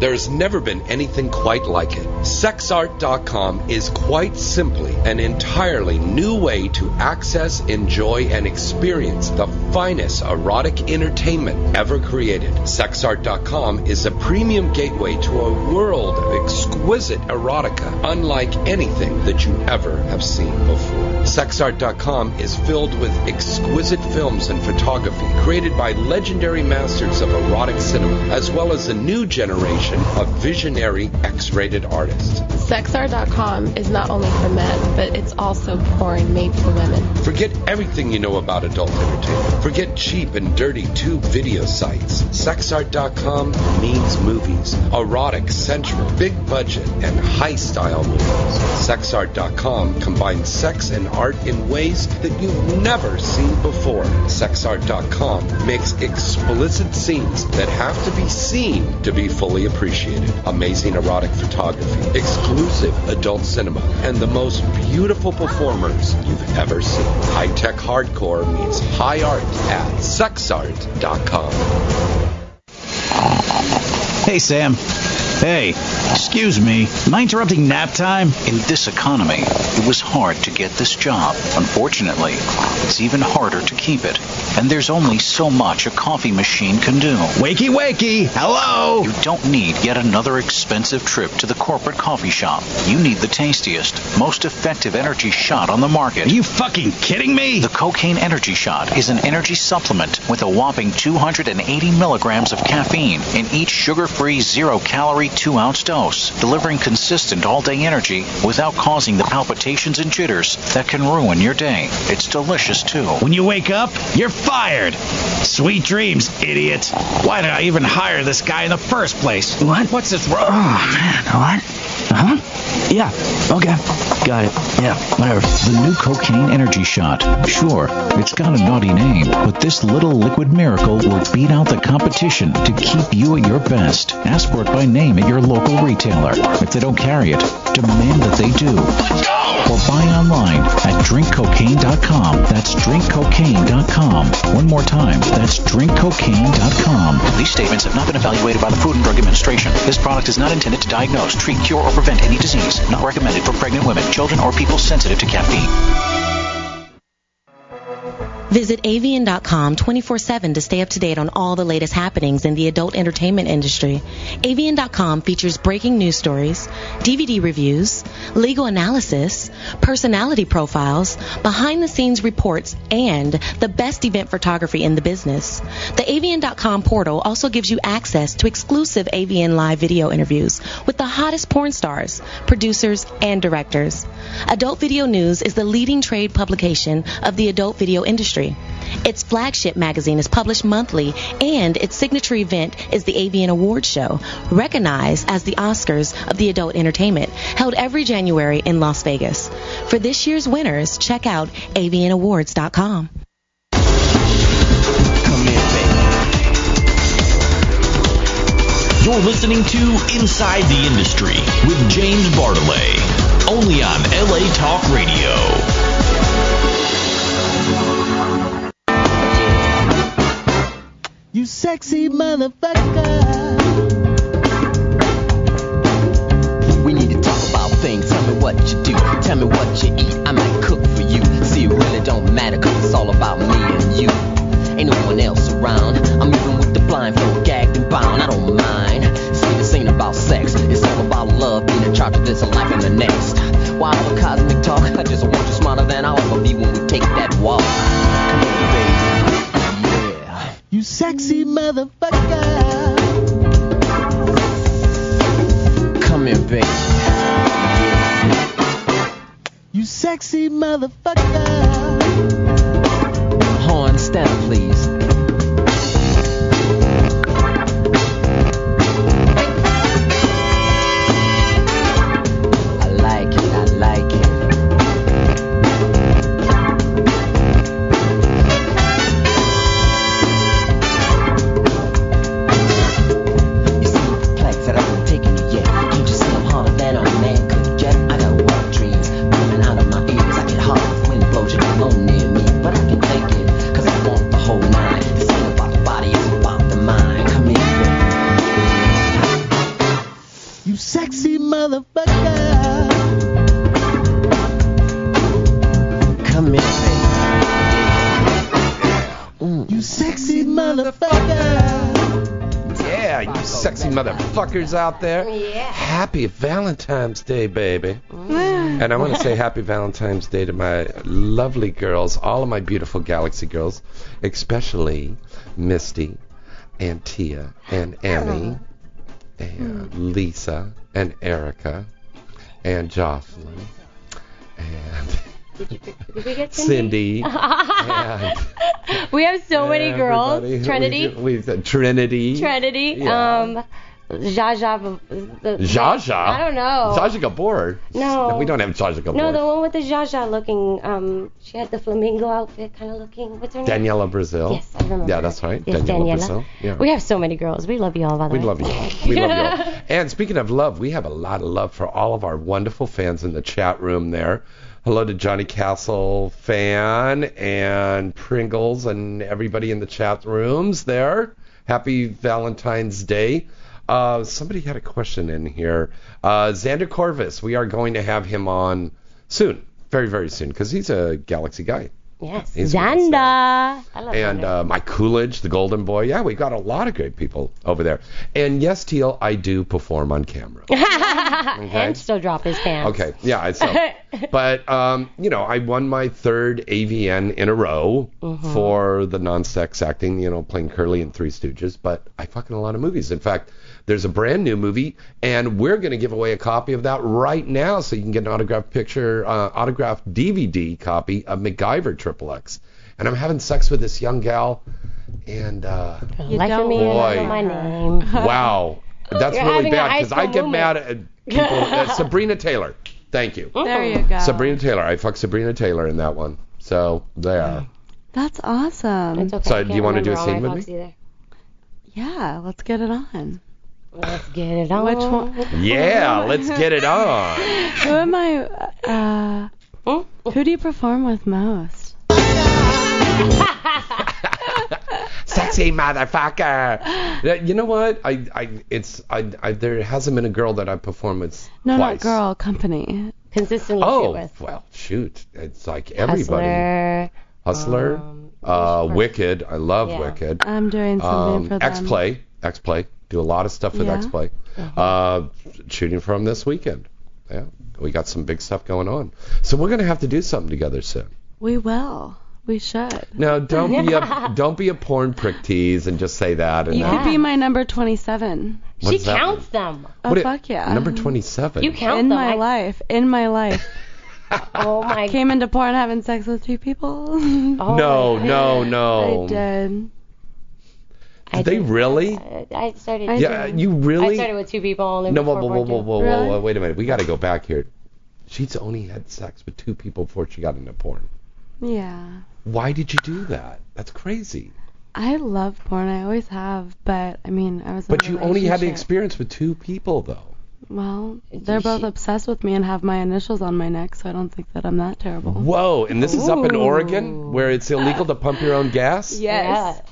[SPEAKER 3] There's never been anything quite like it. SexArt.com is quite simply an entirely new way to access, enjoy, and experience the finest erotic entertainment ever created. SexArt.com is a premium gateway to a world of exquisite erotica unlike anything that you ever have seen before. SexArt.com is filled with exquisite films and photography created by legendary masters of erotic cinema, as well as a new generation of visionary X rated artists.
[SPEAKER 12] Sexar.com is not only for men, but it's also porn made for women.
[SPEAKER 3] Forget everything you know about adult entertainment. Forget cheap and dirty tube video sites. Sexart.com means movies. Erotic, sensual, big budget, and high style movies. Sexart.com combines sex and art in ways that you've never seen before. Sexart.com makes explicit scenes that have to be seen to be fully appreciated. Amazing erotic photography, exclusive adult cinema, and the most beautiful performers you've ever seen. High tech hardcore meets high art at sexart.com.
[SPEAKER 7] Hey, Sam. Hey, excuse me. Am I interrupting nap time?
[SPEAKER 6] In this economy, it was hard to get this job. Unfortunately, it's even harder to keep it. And there's only so much a coffee machine can do.
[SPEAKER 7] Wakey, wakey. Hello.
[SPEAKER 6] You don't need yet another expensive trip to the corporate coffee shop. You need the tastiest, most effective energy shot on the market.
[SPEAKER 7] Are you fucking kidding me?
[SPEAKER 6] The Cocaine Energy Shot is an energy supplement with a whopping 280 milligrams of caffeine in each sugar free, zero calorie, two ounce dose, delivering consistent all day energy without causing the palpitations and jitters that can ruin your day. It's delicious too.
[SPEAKER 7] When you wake up, you're fired. Sweet dreams, idiot. Why did I even hire this guy in the first place? What? What's this? ro- Oh, man. What? Huh?
[SPEAKER 6] Yeah. Okay. Got it. Yeah. Whatever.
[SPEAKER 7] The new cocaine energy shot. Sure, it's got a naughty name, but this little liquid miracle will beat out the competition to keep you at your best. Ask for it by name at your local retailer. If they don't carry it, demand that they do. Or buy online at drinkcocaine.com. That's drinkcocaine.com. One more time, that's drinkcocaine.com.
[SPEAKER 6] These statements have not been evaluated by the Food and Drug Administration. This product is not intended to diagnose, treat, cure, or prevent any disease. Not recommended for pregnant women, children, or people sensitive to caffeine.
[SPEAKER 11] Visit avian.com 24/7 to stay up to date on all the latest happenings in the adult entertainment industry. avian.com features breaking news stories, DVD reviews, legal analysis, personality profiles, behind-the-scenes reports, and the best event photography in the business. The avian.com portal also gives you access to exclusive avian live video interviews with the hottest porn stars, producers, and directors. Adult Video News is the leading trade publication of the adult video industry. Its flagship magazine is published monthly, and its signature event is the Avian Awards Show, recognized as the Oscars of the adult entertainment, held every January in Las Vegas. For this year's winners, check out avianawards.com.
[SPEAKER 1] You're listening to Inside the Industry with James Bartolet, only on LA Talk Radio.
[SPEAKER 2] You sexy motherfucker.
[SPEAKER 9] We need to talk about things. Tell me what you do. Tell me what you eat. I might cook for you. See, it really don't matter, cause it's all about me and you. Ain't no one else around. I'm even with the blindfold, gagged and bound. I don't mind. See, this ain't about sex. It's all about love, being in charge of this life and the next. Why all the cosmic talk? I just want you smarter than I'll ever be when we take that walk. Come on, baby. Yeah.
[SPEAKER 2] You sexy motherfucker.
[SPEAKER 9] Come here, baby.
[SPEAKER 2] You sexy motherfucker.
[SPEAKER 9] Horn stand, please. I like it, I like it. You seem perplexed that I haven't taken it yet. Can't you see I'm harder than a man could get? I got wild dreams coming out of my ears. I get hard if wind blows you alone near me, but I can take it, cause I want the whole nine. This ain't about the body, it's about the mind. Come here, baby.
[SPEAKER 2] You sexy motherfucker.
[SPEAKER 9] Come here, baby.
[SPEAKER 2] You sexy motherfucker.
[SPEAKER 3] Yeah, you sexy motherfuckers out there.
[SPEAKER 4] Yeah.
[SPEAKER 3] Happy Valentine's Day, baby.
[SPEAKER 4] Mm.
[SPEAKER 3] And I want to say happy Valentine's Day to my lovely girls, all of my beautiful Galaxy girls, especially Misty and Tia and Annie and Lisa and Erica and Jocelyn and
[SPEAKER 4] Did we get Cindy?
[SPEAKER 3] Cindy. and
[SPEAKER 4] We have so many girls.
[SPEAKER 3] everybody who
[SPEAKER 4] Trinity.
[SPEAKER 3] We, we, Trinity.
[SPEAKER 4] Trinity.
[SPEAKER 3] Yeah.
[SPEAKER 4] Um, Zsa Zsa. The,
[SPEAKER 3] Zsa Zsa?
[SPEAKER 4] I don't know.
[SPEAKER 3] Zsa Zsa Gabor.
[SPEAKER 4] No.
[SPEAKER 3] We don't have Zsa Zsa Gabor.
[SPEAKER 4] No, the one with the Zsa Zsa looking. Um, she had the flamingo outfit kind of looking. What's her name?
[SPEAKER 3] Daniela Brazil.
[SPEAKER 4] Yes, I remember.
[SPEAKER 3] Yeah, that's right.
[SPEAKER 4] Yes,
[SPEAKER 3] Daniela,
[SPEAKER 4] Daniela.
[SPEAKER 3] Brazil. Yeah.
[SPEAKER 4] We have so many girls. We love you all, by the
[SPEAKER 3] We
[SPEAKER 4] way.
[SPEAKER 3] love you. all. We love you. all. And speaking of love, we have a lot of love for all of our wonderful fans in the chat room there. Hello to Johnny Castle fan and Pringles and everybody in the chat rooms there. Happy Valentine's Day. Uh, somebody had a question in here. Uh, Xander Corvus, we are going to have him on soon, very, very soon, because he's a Galaxy guy.
[SPEAKER 4] Yes.
[SPEAKER 3] He's
[SPEAKER 4] Xanda. I love
[SPEAKER 3] and
[SPEAKER 4] Xander.
[SPEAKER 3] uh, Mike Coolidge, the Golden Boy. Yeah, we've got a lot of great people over there. And yes, Teal, I do perform on camera.
[SPEAKER 4] and still drop his pants.
[SPEAKER 3] Okay, yeah, I so. but um, you know, I won my third AVN in a row
[SPEAKER 4] Mm-hmm.
[SPEAKER 3] for the non-sex acting. You know, playing Curly in Three Stooges. But I fuck in a lot of movies. In fact, there's a brand new movie, and we're going to give away a copy of that right now, so you can get an autographed picture, uh, autographed DVD copy of MacGyver Triple X. And I'm having sex with this young gal, and uh,
[SPEAKER 4] You like me,
[SPEAKER 3] Boy.
[SPEAKER 4] I know my name.
[SPEAKER 3] wow, that's
[SPEAKER 4] You're
[SPEAKER 3] really
[SPEAKER 4] having an
[SPEAKER 3] bad
[SPEAKER 4] high
[SPEAKER 3] because I
[SPEAKER 4] school
[SPEAKER 3] get
[SPEAKER 4] moment.
[SPEAKER 3] mad at People, uh, Sabrina Taylor. Thank you.
[SPEAKER 5] There you go.
[SPEAKER 3] Sabrina Taylor. I fucked Sabrina Taylor in that one. So
[SPEAKER 5] Mm.
[SPEAKER 3] there.
[SPEAKER 5] That's awesome.
[SPEAKER 4] It's okay.
[SPEAKER 3] So
[SPEAKER 4] I
[SPEAKER 3] do
[SPEAKER 4] can't
[SPEAKER 3] you wanna do a
[SPEAKER 4] remember all
[SPEAKER 3] scene
[SPEAKER 4] my
[SPEAKER 3] with
[SPEAKER 4] fucks Either.
[SPEAKER 5] Yeah, let's get it on.
[SPEAKER 4] Let's get it on.
[SPEAKER 5] Which one?
[SPEAKER 3] Yeah, let's get it on.
[SPEAKER 5] Who am I?
[SPEAKER 4] Oh.
[SPEAKER 5] Uh, who do you perform with most?
[SPEAKER 3] Sexy motherfucker. Yeah, You know what? I, I, it's, I, I, there hasn't been a girl that I performed with
[SPEAKER 5] No,
[SPEAKER 3] twice.
[SPEAKER 5] not girl, company.
[SPEAKER 4] Consistently
[SPEAKER 3] Oh, well, shoot. It's like everybody.
[SPEAKER 5] Hustler. Um,
[SPEAKER 3] Hustler, uh, Wicked. I love
[SPEAKER 5] Yeah.
[SPEAKER 3] Wicked. Um,
[SPEAKER 5] I'm doing something for them.
[SPEAKER 3] X Play. X Play. Do a lot of stuff with
[SPEAKER 5] Yeah. Uh-huh.
[SPEAKER 3] X Play. Uh, shooting for 'em this weekend. Yeah. We got some big stuff going on. So we're going to have to do something together soon.
[SPEAKER 5] We will. We should.
[SPEAKER 3] No, don't be a don't be a porn prick tease and just say that. And
[SPEAKER 5] You
[SPEAKER 3] that.
[SPEAKER 5] could be my number 27.
[SPEAKER 3] What does that mean?
[SPEAKER 4] them.
[SPEAKER 5] Oh,
[SPEAKER 3] What it-
[SPEAKER 5] fuck yeah.
[SPEAKER 3] Number 27.
[SPEAKER 5] in my life. In my life.
[SPEAKER 4] oh my. Oh
[SPEAKER 5] Came into porn having sex with two people.
[SPEAKER 3] no, no, no.
[SPEAKER 5] I did.
[SPEAKER 3] Did they really?
[SPEAKER 4] I started.
[SPEAKER 3] yeah, you really?
[SPEAKER 4] I started with two people only.
[SPEAKER 3] no, whoa,
[SPEAKER 4] before
[SPEAKER 3] whoa, whoa, whoa,
[SPEAKER 4] Born Two.
[SPEAKER 3] whoa, whoa, whoa, wait a minute. We got to go back here. She's only had sex with two people before she got into porn.
[SPEAKER 5] Yeah.
[SPEAKER 3] Why did you do that? That's crazy.
[SPEAKER 5] I love porn. I always have, but I mean, I was. in a
[SPEAKER 3] But you only had the
[SPEAKER 5] relationship.
[SPEAKER 3] experience with two people, though.
[SPEAKER 5] Well, they're both obsessed with me and have my initials on my neck, so I don't think that I'm that terrible.
[SPEAKER 3] Whoa, and this is up in Oregon where it's illegal to pump your own gas,
[SPEAKER 5] Yes.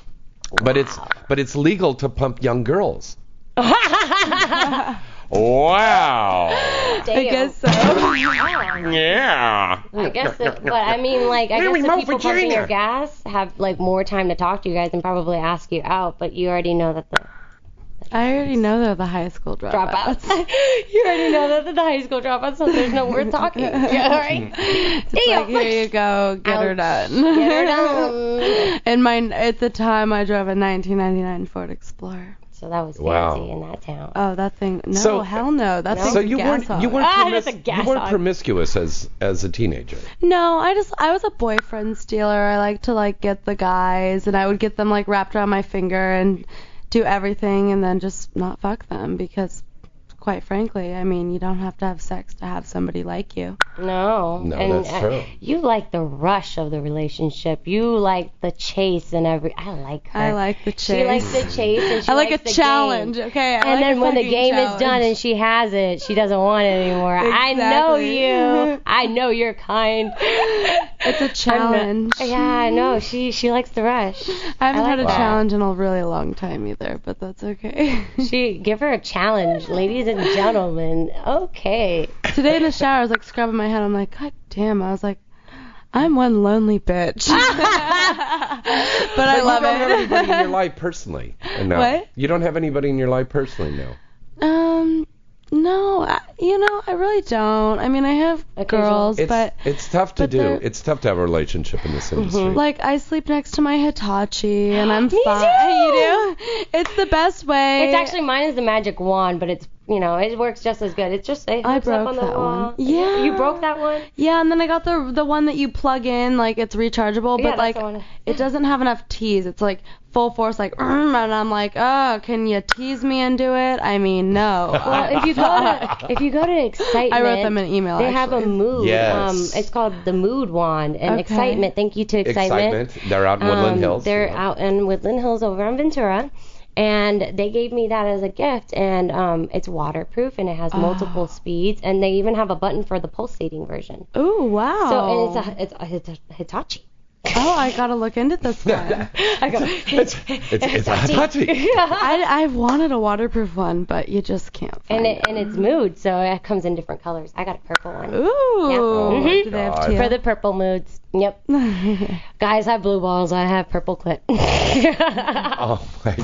[SPEAKER 3] but it's but it's legal to pump young girls. Wow.
[SPEAKER 5] I guess so.
[SPEAKER 3] Yeah.
[SPEAKER 4] I guess, that, but I mean, like, I
[SPEAKER 2] Mary
[SPEAKER 4] guess the
[SPEAKER 2] Mo
[SPEAKER 4] people pumping
[SPEAKER 2] vagina.
[SPEAKER 4] your gas have like more time to talk to you guys and probably ask you out, but you already know that the
[SPEAKER 5] I already know they're the high school dropouts.
[SPEAKER 4] dropouts. you already know that they're the high school dropouts, so there's no worth talking. Yeah, all right.
[SPEAKER 5] It's like, here you go, get her done.
[SPEAKER 4] Get her done.
[SPEAKER 5] And my, at the time, I drove a 1999 Ford Explorer.
[SPEAKER 4] So that was
[SPEAKER 3] Wow.
[SPEAKER 4] fancy in that town.
[SPEAKER 5] Oh, that thing. No,
[SPEAKER 3] So-
[SPEAKER 5] hell no. That thing.
[SPEAKER 3] so you weren't you weren't,
[SPEAKER 5] Ah,
[SPEAKER 3] promis-
[SPEAKER 5] that's a Oh, gas
[SPEAKER 3] you weren't
[SPEAKER 5] hog.
[SPEAKER 3] promiscuous as as a teenager.
[SPEAKER 5] No, I just I was a boyfriend stealer. I like to like get the guys, and I would get them like wrapped around my finger and do everything, and then just not fuck them because, quite frankly, I mean you don't have to have sex to have somebody like you.
[SPEAKER 4] No.
[SPEAKER 5] No,
[SPEAKER 4] and
[SPEAKER 5] that's
[SPEAKER 4] I-
[SPEAKER 5] true.
[SPEAKER 4] you like the rush of the relationship. You like the chase and every. I like her.
[SPEAKER 5] I like the chase.
[SPEAKER 4] She likes the chase. And she
[SPEAKER 5] I like
[SPEAKER 4] likes
[SPEAKER 5] a
[SPEAKER 4] the
[SPEAKER 5] challenge,
[SPEAKER 4] game.
[SPEAKER 5] okay? I
[SPEAKER 4] and
[SPEAKER 5] like
[SPEAKER 4] then
[SPEAKER 5] a
[SPEAKER 4] when the
[SPEAKER 5] fucking
[SPEAKER 4] game is done
[SPEAKER 5] challenge.
[SPEAKER 4] and she has it, she doesn't want it anymore. I know
[SPEAKER 5] Exactly.
[SPEAKER 4] you. I know you're kind.
[SPEAKER 5] It's a challenge.
[SPEAKER 4] yeah, I know. She she likes the rush.
[SPEAKER 5] I haven't
[SPEAKER 4] I
[SPEAKER 5] had a
[SPEAKER 4] like that.
[SPEAKER 5] challenge in a really long time either, but that's okay.
[SPEAKER 4] She give her a challenge, ladies and gentlemen. Okay.
[SPEAKER 5] Today in the shower, I was like scrubbing my head. I'm like, God damn! I was like, I'm one lonely bitch. but I
[SPEAKER 3] you
[SPEAKER 5] love
[SPEAKER 3] don't have
[SPEAKER 5] it.
[SPEAKER 3] anybody in your life personally. No.
[SPEAKER 5] What?
[SPEAKER 3] You don't have anybody in your life personally now.
[SPEAKER 5] Um, no, I, you know, I really don't. I mean, I have girls,
[SPEAKER 3] it's,
[SPEAKER 5] but
[SPEAKER 3] it's tough to
[SPEAKER 5] but
[SPEAKER 3] do.
[SPEAKER 5] they're-
[SPEAKER 3] It's tough to have a relationship in this industry.
[SPEAKER 5] like I sleep next to my Hitachi, and I'm
[SPEAKER 4] Me
[SPEAKER 5] fine. You do? It's the best way.
[SPEAKER 4] It's actually mine is the magic wand, but it's you know it works just as good. It's just it
[SPEAKER 5] I
[SPEAKER 4] hooks up
[SPEAKER 5] broke
[SPEAKER 4] on the
[SPEAKER 5] that
[SPEAKER 4] wall.
[SPEAKER 5] one. Yeah.
[SPEAKER 4] You broke that one.
[SPEAKER 5] Yeah, and then I got the the one that you plug in, like it's rechargeable,
[SPEAKER 4] Yeah, that's
[SPEAKER 5] but like
[SPEAKER 4] the one.
[SPEAKER 5] it doesn't have enough tease. It's like full force, like, "Mm," and I'm like, oh, can you tease me and do it? I mean, no.
[SPEAKER 4] Well, if you go to if you go to excitement,
[SPEAKER 5] I wrote them an email.
[SPEAKER 4] They
[SPEAKER 5] actually.
[SPEAKER 4] have a mood.
[SPEAKER 3] Yes.
[SPEAKER 4] Um, it's called the mood wand and
[SPEAKER 5] Okay.
[SPEAKER 4] excitement. Thank you to excitement.
[SPEAKER 3] Excitement. They're out in Woodland
[SPEAKER 4] Um,
[SPEAKER 3] Hills.
[SPEAKER 4] They're out in Woodland Hills over on Ventura. And they gave me that as a gift, and um, it's waterproof and it has multiple
[SPEAKER 5] Ah.
[SPEAKER 4] speeds, and they even have a button for the pulsating version.
[SPEAKER 5] Ooh, Oh, wow.
[SPEAKER 4] So and it's a it's a, it's a Hitachi.
[SPEAKER 5] oh, I gotta look into this one.
[SPEAKER 4] I go.
[SPEAKER 3] It's, it's, it's a Hitachi.
[SPEAKER 5] I, I've wanted a waterproof one, but you just can't. Find
[SPEAKER 4] and it and it's mood, so it comes in different colors. I got a purple one.
[SPEAKER 5] Ooh.
[SPEAKER 3] Oh
[SPEAKER 4] Yeah. Mhm.
[SPEAKER 5] Do they have
[SPEAKER 4] For
[SPEAKER 5] teal?
[SPEAKER 4] the purple moods. Yep. Guys have blue balls. I have purple clit.
[SPEAKER 3] Oh my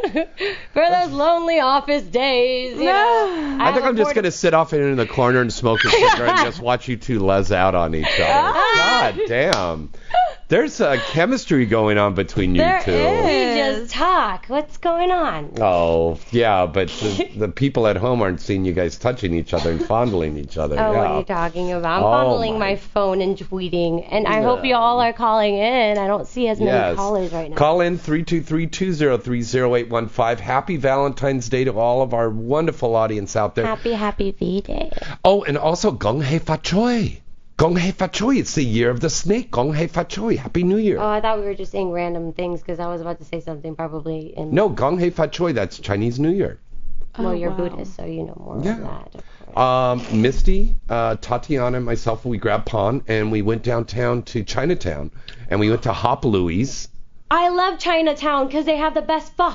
[SPEAKER 3] God.
[SPEAKER 4] For those lonely office days. You know,
[SPEAKER 3] I think
[SPEAKER 4] look
[SPEAKER 3] I'm just
[SPEAKER 4] forward
[SPEAKER 3] gonna sit off in the
[SPEAKER 4] Ah.
[SPEAKER 3] corner and smoke a cigarette and just watch you two les out on each other. God damn. There's a chemistry going on between you
[SPEAKER 4] There
[SPEAKER 3] two.
[SPEAKER 4] We just talk. What's going on?
[SPEAKER 3] Oh, yeah, but the, the people at home aren't seeing you guys touching each other and fondling each other.
[SPEAKER 4] Oh, what
[SPEAKER 3] yeah.
[SPEAKER 4] are you talking about? I'm
[SPEAKER 3] Oh,
[SPEAKER 4] fondling my. phone and tweeting, and I hope you all are calling in. I don't see as many
[SPEAKER 3] Yes.
[SPEAKER 4] callers right now.
[SPEAKER 3] Call in 323-203-0815. Happy Valentine's Day to all of our wonderful audience out there.
[SPEAKER 4] Happy, happy V Day.
[SPEAKER 3] Oh, and also Gong Hei Fa Choi. Gong Hei Fa Choi. It's the year of the snake. Gong Hei Fa Choi. Happy New Year.
[SPEAKER 4] Oh, I thought we were just saying random things because I was about to say something probably. And
[SPEAKER 3] no, Gong Hei Fa Choi. That's Chinese New Year. Oh,
[SPEAKER 4] well, you're Buddhist, so you know more of that.
[SPEAKER 3] Um, Misty, uh, Tatiana, and myself, we grabbed Pon and we went downtown to Chinatown and we went to Hop Louie's.
[SPEAKER 4] I love Chinatown because they have the best pho.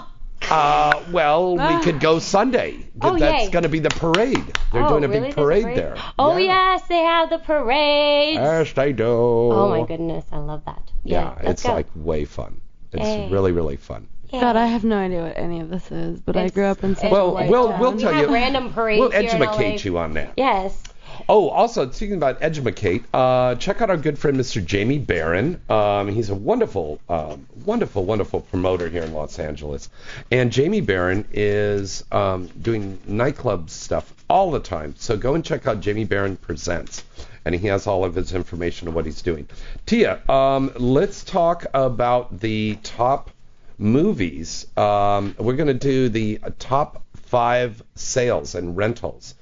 [SPEAKER 3] Uh, well, we could go Sunday.
[SPEAKER 4] Ah. Oh,
[SPEAKER 3] That's
[SPEAKER 4] yay.
[SPEAKER 3] going to be the parade. They're
[SPEAKER 4] oh,
[SPEAKER 3] doing a
[SPEAKER 4] really?
[SPEAKER 3] big
[SPEAKER 4] There's a
[SPEAKER 3] parade, there.
[SPEAKER 4] Oh yes, they have the parade.
[SPEAKER 3] Yes, they do.
[SPEAKER 4] Oh my goodness, I love that.
[SPEAKER 3] Yeah,
[SPEAKER 4] let's
[SPEAKER 3] it's
[SPEAKER 4] go.
[SPEAKER 3] like way fun. It's
[SPEAKER 4] Hey.
[SPEAKER 3] really, really fun.
[SPEAKER 5] God, I have no idea what any of this is, but I grew up in such
[SPEAKER 3] Well,
[SPEAKER 5] a white
[SPEAKER 3] we'll
[SPEAKER 5] town.
[SPEAKER 3] we'll tell you.
[SPEAKER 4] random parades
[SPEAKER 3] We'll
[SPEAKER 4] here in
[SPEAKER 3] educate
[SPEAKER 4] LA.
[SPEAKER 3] you on that.
[SPEAKER 4] Yes.
[SPEAKER 3] Oh, also speaking about educate, uh, check out our good friend Mr. Jamie Barron. Um, he's a wonderful, um, wonderful, wonderful promoter here in Los Angeles, and Jamie Barron is um, doing nightclub stuff all the time. So go and check out Jamie Barron presents, and he has all of his information on what he's doing. Tia, um, let's talk about the top movies. Um, we're going to do the top five sales and rentals.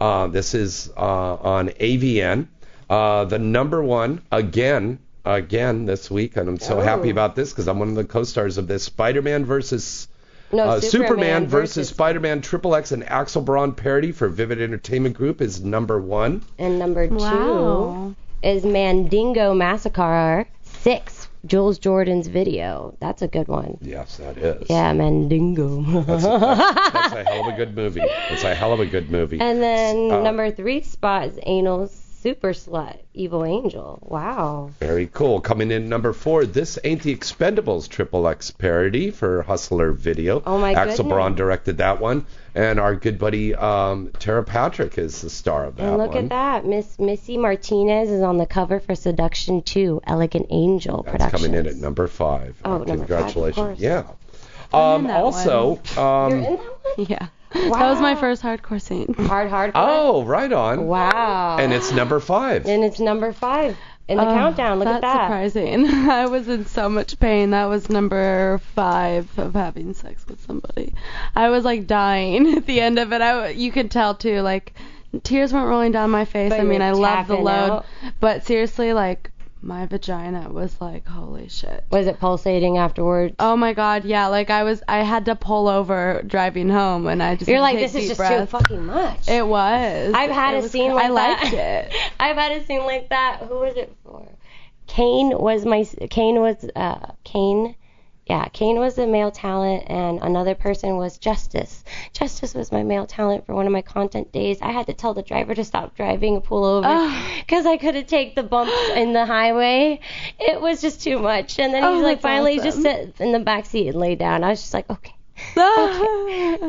[SPEAKER 3] Uh, this is uh, on AVN. Uh, the number one again, again this week, and I'm so
[SPEAKER 4] Oh.
[SPEAKER 3] happy about this because I'm one of the co-stars of this Spider-Man versus
[SPEAKER 4] No,
[SPEAKER 3] uh,
[SPEAKER 4] Superman
[SPEAKER 3] versus,
[SPEAKER 4] versus-
[SPEAKER 3] Spider-Man Triple X and Axel Braun parody for Vivid Entertainment Group is number one.
[SPEAKER 4] And number two
[SPEAKER 5] Wow.
[SPEAKER 4] is Mandingo Massacre Six. Jules Jordan's video. That's a good one.
[SPEAKER 3] Yes, that is.
[SPEAKER 4] Yeah, Mandingo.
[SPEAKER 3] That's a, that's, that's a hell of a good movie. It's a hell of a good movie.
[SPEAKER 4] And then
[SPEAKER 3] Uh,
[SPEAKER 4] number three spot is Anal Super Slut Evil Angel. Wow.
[SPEAKER 3] Very cool. Coming in number four, this ain't the Expendables triple X parody for Hustler Video.
[SPEAKER 4] Oh, my
[SPEAKER 3] Axel
[SPEAKER 4] goodness.
[SPEAKER 3] Braun directed that one, and our good buddy um, Tara Patrick is the star of that
[SPEAKER 4] and look
[SPEAKER 3] one.
[SPEAKER 4] at that. Miss Missy Martinez is on the cover for Seduction 2, Elegant Angel
[SPEAKER 3] That's
[SPEAKER 4] production.
[SPEAKER 3] coming in at number five.
[SPEAKER 4] Oh, number five, of
[SPEAKER 3] Congratulations.
[SPEAKER 4] course.
[SPEAKER 3] yeah. Um, also, um,
[SPEAKER 5] Yeah. That was my first hardcore scene.
[SPEAKER 4] Hard, hardcore.
[SPEAKER 3] oh, right on.
[SPEAKER 4] Wow.
[SPEAKER 3] And it's number five.
[SPEAKER 4] And it's number five in the
[SPEAKER 5] Oh,
[SPEAKER 4] countdown. Look at
[SPEAKER 5] that's
[SPEAKER 4] that.
[SPEAKER 5] surprising. I was in so much pain. That was number five of having sex with somebody. I was like dying at the end of it. I w you could tell too. Like tears weren't rolling down my face.
[SPEAKER 4] But
[SPEAKER 5] I
[SPEAKER 4] you
[SPEAKER 5] mean,
[SPEAKER 4] were
[SPEAKER 5] I love the
[SPEAKER 4] tapping
[SPEAKER 5] load,
[SPEAKER 4] out.
[SPEAKER 5] but seriously, like my vagina was like holy shit.
[SPEAKER 4] Was it pulsating afterwards?
[SPEAKER 5] Oh my god, yeah. Like I was, I had to pull over driving home, and I just
[SPEAKER 4] You're like,
[SPEAKER 5] take
[SPEAKER 4] this is
[SPEAKER 5] deep
[SPEAKER 4] just too
[SPEAKER 5] breaths.
[SPEAKER 4] fucking much.
[SPEAKER 5] It was.
[SPEAKER 4] I've had
[SPEAKER 5] It
[SPEAKER 4] a
[SPEAKER 5] was
[SPEAKER 4] scene
[SPEAKER 5] cra-
[SPEAKER 4] like
[SPEAKER 5] I liked
[SPEAKER 4] that.
[SPEAKER 5] it.
[SPEAKER 4] I've had a scene like that. Who was it for? Kane was my Kane was uh Kane yeah, Kane was the male talent and another person was Justice. Justice was my male talent for one of my content days. I had to tell the driver to stop driving and pull over because I couldn't take the bumps in the highway. It was just too much. And then
[SPEAKER 5] Oh,
[SPEAKER 4] he's like,
[SPEAKER 5] that's
[SPEAKER 4] finally just
[SPEAKER 5] awesome.
[SPEAKER 4] sit in the back seat and lay down. I was just like, okay. Okay.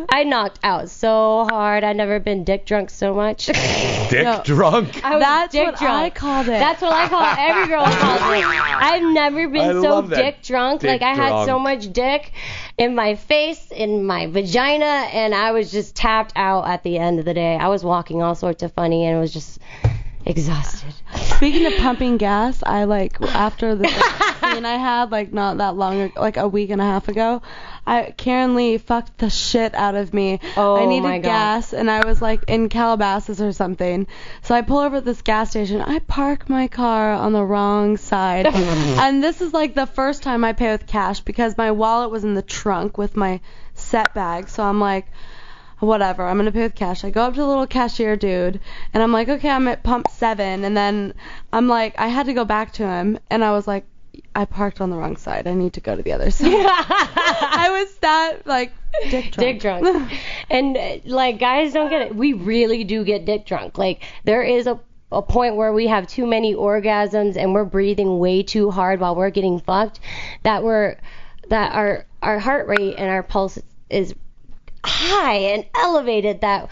[SPEAKER 4] I knocked out so hard. I'd never been dick drunk so much.
[SPEAKER 3] Dick
[SPEAKER 5] No.
[SPEAKER 3] drunk.
[SPEAKER 4] I was
[SPEAKER 5] That's
[SPEAKER 4] dick
[SPEAKER 5] what
[SPEAKER 4] drunk.
[SPEAKER 5] I called it.
[SPEAKER 4] That's what I call it. Every girl calls it. I've never been
[SPEAKER 3] I
[SPEAKER 4] so
[SPEAKER 3] love that.
[SPEAKER 4] dick drunk.
[SPEAKER 3] Dick
[SPEAKER 4] like I had so
[SPEAKER 3] drunk.
[SPEAKER 4] much dick in my face, in my vagina, and I was just tapped out at the end of the day. I was walking all sorts of funny and was just exhausted.
[SPEAKER 5] Speaking of pumping gas, I like after the scene I had like not that long ago, like a week and a half ago, I Karen Lee fucked the shit out of me.
[SPEAKER 4] Oh,
[SPEAKER 5] I needed
[SPEAKER 4] my God.
[SPEAKER 5] gas and I was like in Calabasas or something. So I pull over at this gas station. I park my car on the wrong side. and this is like the first time I pay with cash because my wallet was in the trunk with my set bag. So I'm like whatever, I'm gonna pay with cash. I go up to the little cashier dude and I'm like, okay, I'm at pump seven. And then I'm like, I had to go back to him and I was like, I parked on the wrong side. I need to go to the other side. I was that like dick drunk.
[SPEAKER 4] dick drunk. and uh, like guys don't get it. We really do get dick drunk. Like there is a a point where we have too many orgasms and we're breathing way too hard while we're getting fucked that we're that our our heart rate and our pulse is high and elevated that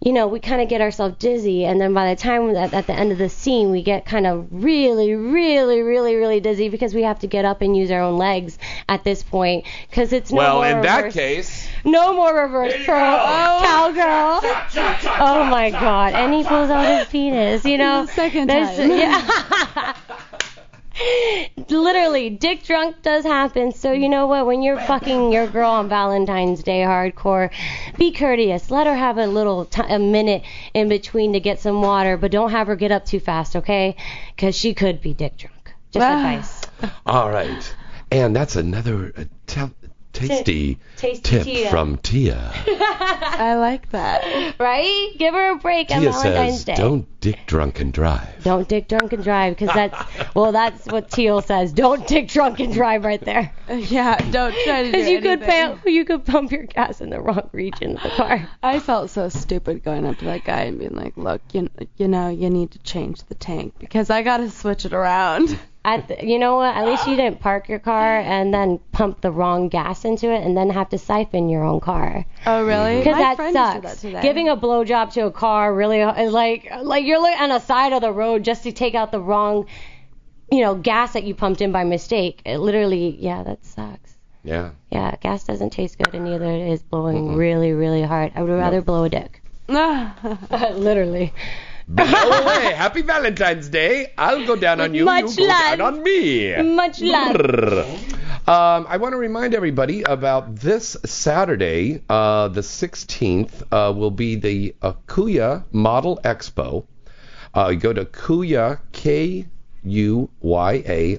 [SPEAKER 4] you know, we kind of get ourselves dizzy, and then by the time at, at the end of the scene, we get kind of really, really, really, really dizzy because we have to get up and use our own legs at this point because it's no
[SPEAKER 3] well,
[SPEAKER 4] more
[SPEAKER 3] in that
[SPEAKER 4] reverse-
[SPEAKER 3] case,
[SPEAKER 4] no more reverse pro oh, cowgirl. oh my god! And he pulls out his penis. You know, second
[SPEAKER 5] time.
[SPEAKER 4] Yeah. Literally, dick drunk does happen. So you know what? When you're fucking your girl on Valentine's Day hardcore, be courteous. Let her have a little t- a minute in between to get some water, but don't have her get up too fast, okay? Because she could be dick drunk. Just
[SPEAKER 5] Ah.
[SPEAKER 4] advice.
[SPEAKER 3] all right. And that's another uh, ta- tasty,
[SPEAKER 4] Tasty
[SPEAKER 3] tip
[SPEAKER 4] Tia.
[SPEAKER 3] from Tia.
[SPEAKER 5] I like that.
[SPEAKER 4] Right? Give her a break on
[SPEAKER 3] Tia
[SPEAKER 4] Valentine's
[SPEAKER 3] says,
[SPEAKER 4] Day.
[SPEAKER 3] "Don't dick drunk and drive."
[SPEAKER 4] Don't dick drunk and drive, because that's well, that's what Teal says. Don't dick drunk and drive, right there.
[SPEAKER 5] Uh, Yeah, don't try to do
[SPEAKER 4] Because you could
[SPEAKER 5] anything.
[SPEAKER 4] pump, you could pump your gas in the wrong region of the car.
[SPEAKER 5] I felt so stupid going up to that guy and being like, "Look, you you know, you need to change the tank because I gotta switch it around."
[SPEAKER 4] At the, you know what? At least you didn't park your car and then pump the wrong gas into it, and then have to siphon your own car.
[SPEAKER 5] Oh, really?
[SPEAKER 4] Because
[SPEAKER 5] My
[SPEAKER 4] that
[SPEAKER 5] friend used to do
[SPEAKER 4] sucks.
[SPEAKER 5] that today.
[SPEAKER 4] Giving a blowjob to a car really is like like you're li- on a side of the road just to take out the wrong, you know, gas that you pumped in by mistake. It literally, yeah, that sucks.
[SPEAKER 3] Yeah.
[SPEAKER 4] Yeah, gas doesn't taste good, and neither is blowing really, really hard. I would rather blow a dick. Literally.
[SPEAKER 3] Blow away. Happy Valentine's Day. I'll go down on you.
[SPEAKER 4] Much
[SPEAKER 3] you go
[SPEAKER 4] love.
[SPEAKER 3] down on me.
[SPEAKER 4] Much love.
[SPEAKER 3] Um, I want to remind everybody about this Saturday, uh, the 16th, uh, will be the Akuya Model Expo. Uh, go to Kuya, K U Y A,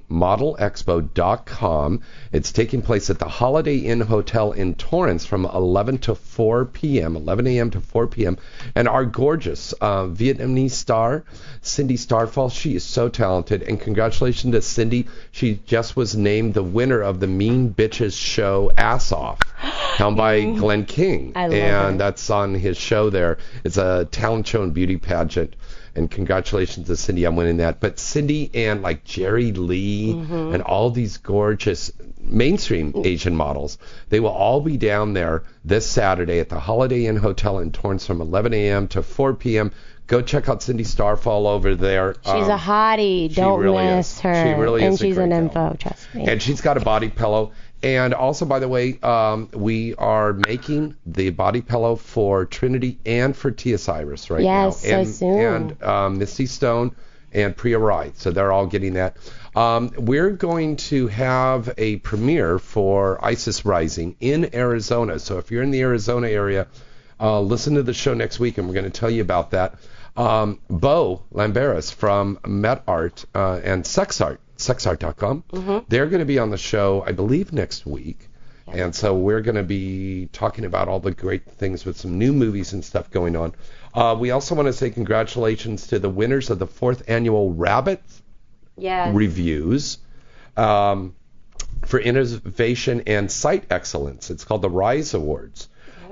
[SPEAKER 3] modelexpo.com. It's taking place at the Holiday Inn Hotel in Torrance from 11 to 4 p.m., 11 a.m. to 4 p.m. And our gorgeous uh, Vietnamese star, Cindy Starfall, she is so talented. And congratulations to Cindy. She just was named the winner of the Mean Bitches Show Ass Off, held by Glenn King.
[SPEAKER 13] I love
[SPEAKER 3] and
[SPEAKER 13] her.
[SPEAKER 3] that's on his show there. It's a talent show and beauty pageant. And congratulations to Cindy on winning that. But Cindy and like Jerry Lee
[SPEAKER 4] Mm-hmm.
[SPEAKER 13] Mhm.
[SPEAKER 3] and all these gorgeous mainstream Asian models, they will all be down there this Saturday at the Holiday Inn Hotel in Torrance from 11 a.m. to 4 p.m. Go check out Cindy Starfall over there.
[SPEAKER 4] She's a
[SPEAKER 3] Um,
[SPEAKER 4] hottie.
[SPEAKER 3] she
[SPEAKER 4] Don't
[SPEAKER 3] really
[SPEAKER 4] miss
[SPEAKER 3] is.
[SPEAKER 4] her.
[SPEAKER 3] She really
[SPEAKER 4] and
[SPEAKER 3] is a
[SPEAKER 4] she's an
[SPEAKER 3] great
[SPEAKER 4] info. Trust me.
[SPEAKER 3] and she's got a body pillow. And also, by the way, um, we are making the body pillow for Trinity and for Tia Cyrus right
[SPEAKER 4] Yes,
[SPEAKER 3] now.
[SPEAKER 4] so
[SPEAKER 3] And,
[SPEAKER 4] soon.
[SPEAKER 3] And um, Misty Stone and Priya Wright. So they're all getting that. Um, we're going to have a premiere for Isis Rising in Arizona. So if you're in the Arizona area, uh, listen to the show next week, and we're going to tell you about that. Um, Bo Lamberis from Met Art uh, and Sex Art, sexart.com, they're going to be on the show, I believe, next week. And so we're going to be talking about all the great things with some new movies and stuff going on. Uh, we also want to say congratulations to the winners of the fourth annual Rabbit
[SPEAKER 4] Yeah.
[SPEAKER 3] reviews um, for innovation and site excellence. It's called the Rise Awards.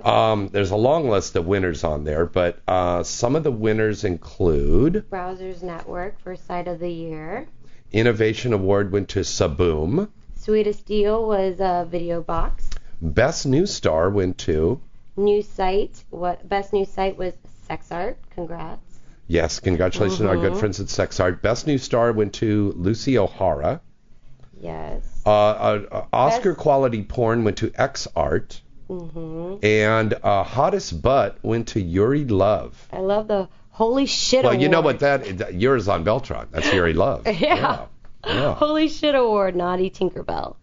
[SPEAKER 3] Um, there's a long list of winners on there, but uh, some of the winners include
[SPEAKER 4] Browsers Network for Site of the Year.
[SPEAKER 3] Innovation Award went to Saboom,
[SPEAKER 4] Sweetest Deal was a video box.
[SPEAKER 3] Best New Star went to
[SPEAKER 4] New site. What best new site was Sex Art. Congrats.
[SPEAKER 3] yes, congratulations to our good
[SPEAKER 4] Mhm.
[SPEAKER 3] friends at SexArt. Best New Star went to Lucy O'Hara.
[SPEAKER 4] Yes.
[SPEAKER 3] Uh, uh, uh, Oscar quality porn went to X Art,
[SPEAKER 4] Mhm.
[SPEAKER 3] and uh, hottest butt went to Yuri Love.
[SPEAKER 4] I love the holy shit
[SPEAKER 3] Well,
[SPEAKER 4] award.
[SPEAKER 3] you know what that, that yours on Beltron. That's Yuri Love.
[SPEAKER 4] yeah.
[SPEAKER 3] Yeah.
[SPEAKER 4] Holy shit award, naughty Tinkerbell.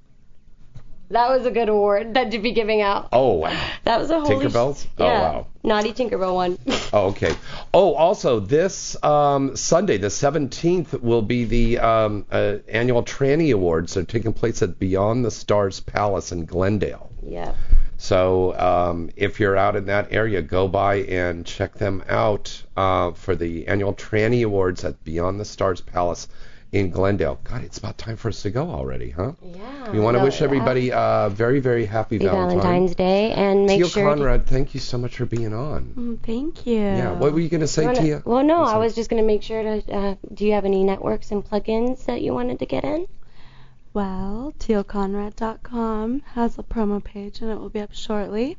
[SPEAKER 4] That was a good award that to be giving out.
[SPEAKER 3] Oh wow.
[SPEAKER 4] That was a holy
[SPEAKER 3] Tinkerbells.
[SPEAKER 4] Sh-
[SPEAKER 3] oh
[SPEAKER 4] yeah.
[SPEAKER 3] wow.
[SPEAKER 4] Naughty Tinkerbell one.
[SPEAKER 3] Oh okay. Oh, also this um, Sunday, the 17th, will be the um, uh, annual Tranny Awards. They're taking place at Beyond the Stars Palace in Glendale.
[SPEAKER 4] yep.
[SPEAKER 3] So um, if you're out in that area, go by and check them out uh, for the annual Tranny Awards at Beyond the Stars Palace in Glendale. God, it's about time for us to go already, huh?
[SPEAKER 4] Yeah.
[SPEAKER 3] We want to
[SPEAKER 4] No,
[SPEAKER 3] wish
[SPEAKER 4] yeah.
[SPEAKER 3] everybody uh, very, very happy
[SPEAKER 4] Happy
[SPEAKER 3] Valentine's.
[SPEAKER 4] Valentine's Day and make
[SPEAKER 3] Teal
[SPEAKER 4] sure
[SPEAKER 3] Conrad, thank you so much for being on.
[SPEAKER 5] Mm, Thank you.
[SPEAKER 3] Yeah. What were you going to say,
[SPEAKER 4] Wanna-
[SPEAKER 3] Tia?
[SPEAKER 4] Well, no, I was just going to make sure to. Uh, do you have any networks and plugins that you wanted to get in?
[SPEAKER 5] Well, tealconrad.com has a promo page and it will be up shortly.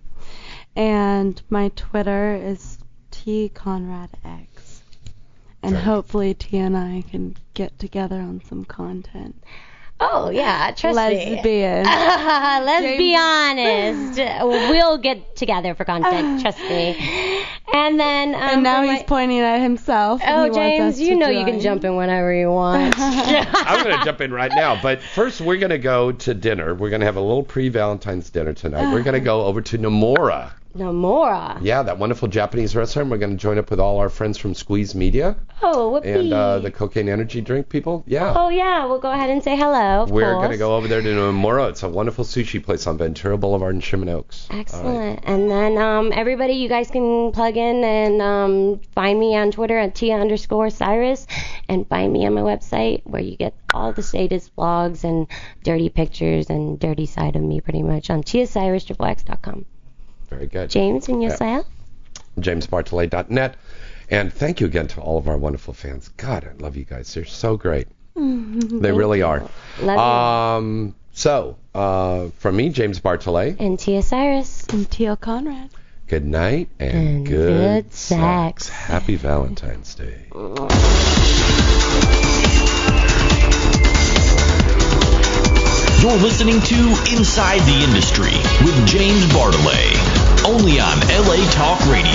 [SPEAKER 5] And my Twitter is P. Conrad X. And hopefully T and I can get together on some content.
[SPEAKER 4] Oh yeah, trust me.
[SPEAKER 5] Lesbian.
[SPEAKER 4] Let's be honest. we'll get together for content. trust me. And then. Um,
[SPEAKER 5] and now he's pointing at himself. and
[SPEAKER 4] Oh,
[SPEAKER 5] he wants
[SPEAKER 4] James,
[SPEAKER 5] us
[SPEAKER 4] you
[SPEAKER 5] to
[SPEAKER 4] know you
[SPEAKER 5] join.
[SPEAKER 4] can jump in whenever you want.
[SPEAKER 3] I'm going to jump in right now. But first, we're going to go to dinner. We're going to have a little pre Valentine's dinner tonight. We're going to go over to Nomura.
[SPEAKER 4] Nomura.
[SPEAKER 3] Yeah, that wonderful Japanese restaurant. We're going to join up with all our friends from Squeeze Media
[SPEAKER 4] Oh, whoopee.
[SPEAKER 3] and uh, the cocaine energy drink people. Yeah.
[SPEAKER 4] Oh yeah, we'll go ahead and say hello. Of
[SPEAKER 3] We're
[SPEAKER 4] course.
[SPEAKER 3] going to go over there to Nomura. It's a wonderful sushi place on Ventura Boulevard in Sherman Oaks.
[SPEAKER 4] Excellent. And then um, everybody, you guys can plug in and um, find me on Twitter at Tia underscore Cyrus and find me on my website where you get all the latest blogs and dirty pictures and dirty side of me pretty much on tiacyrusxxx.com.
[SPEAKER 3] Very good.
[SPEAKER 4] James and
[SPEAKER 3] Yeah.
[SPEAKER 4] yourself?
[SPEAKER 3] JamesBartolet.net. And thank you again to all of our wonderful fans. God, I love you guys. They're so great. They really are.
[SPEAKER 4] Love
[SPEAKER 3] um, So, uh, from me, James Bartolet,
[SPEAKER 4] And Tia Cyrus.
[SPEAKER 5] And Teal Conrad.
[SPEAKER 3] good night and,
[SPEAKER 4] good
[SPEAKER 3] sex. Happy Valentine's Day.
[SPEAKER 1] You're listening to Inside the Industry with James Bartolet, only on LA Talk Radio.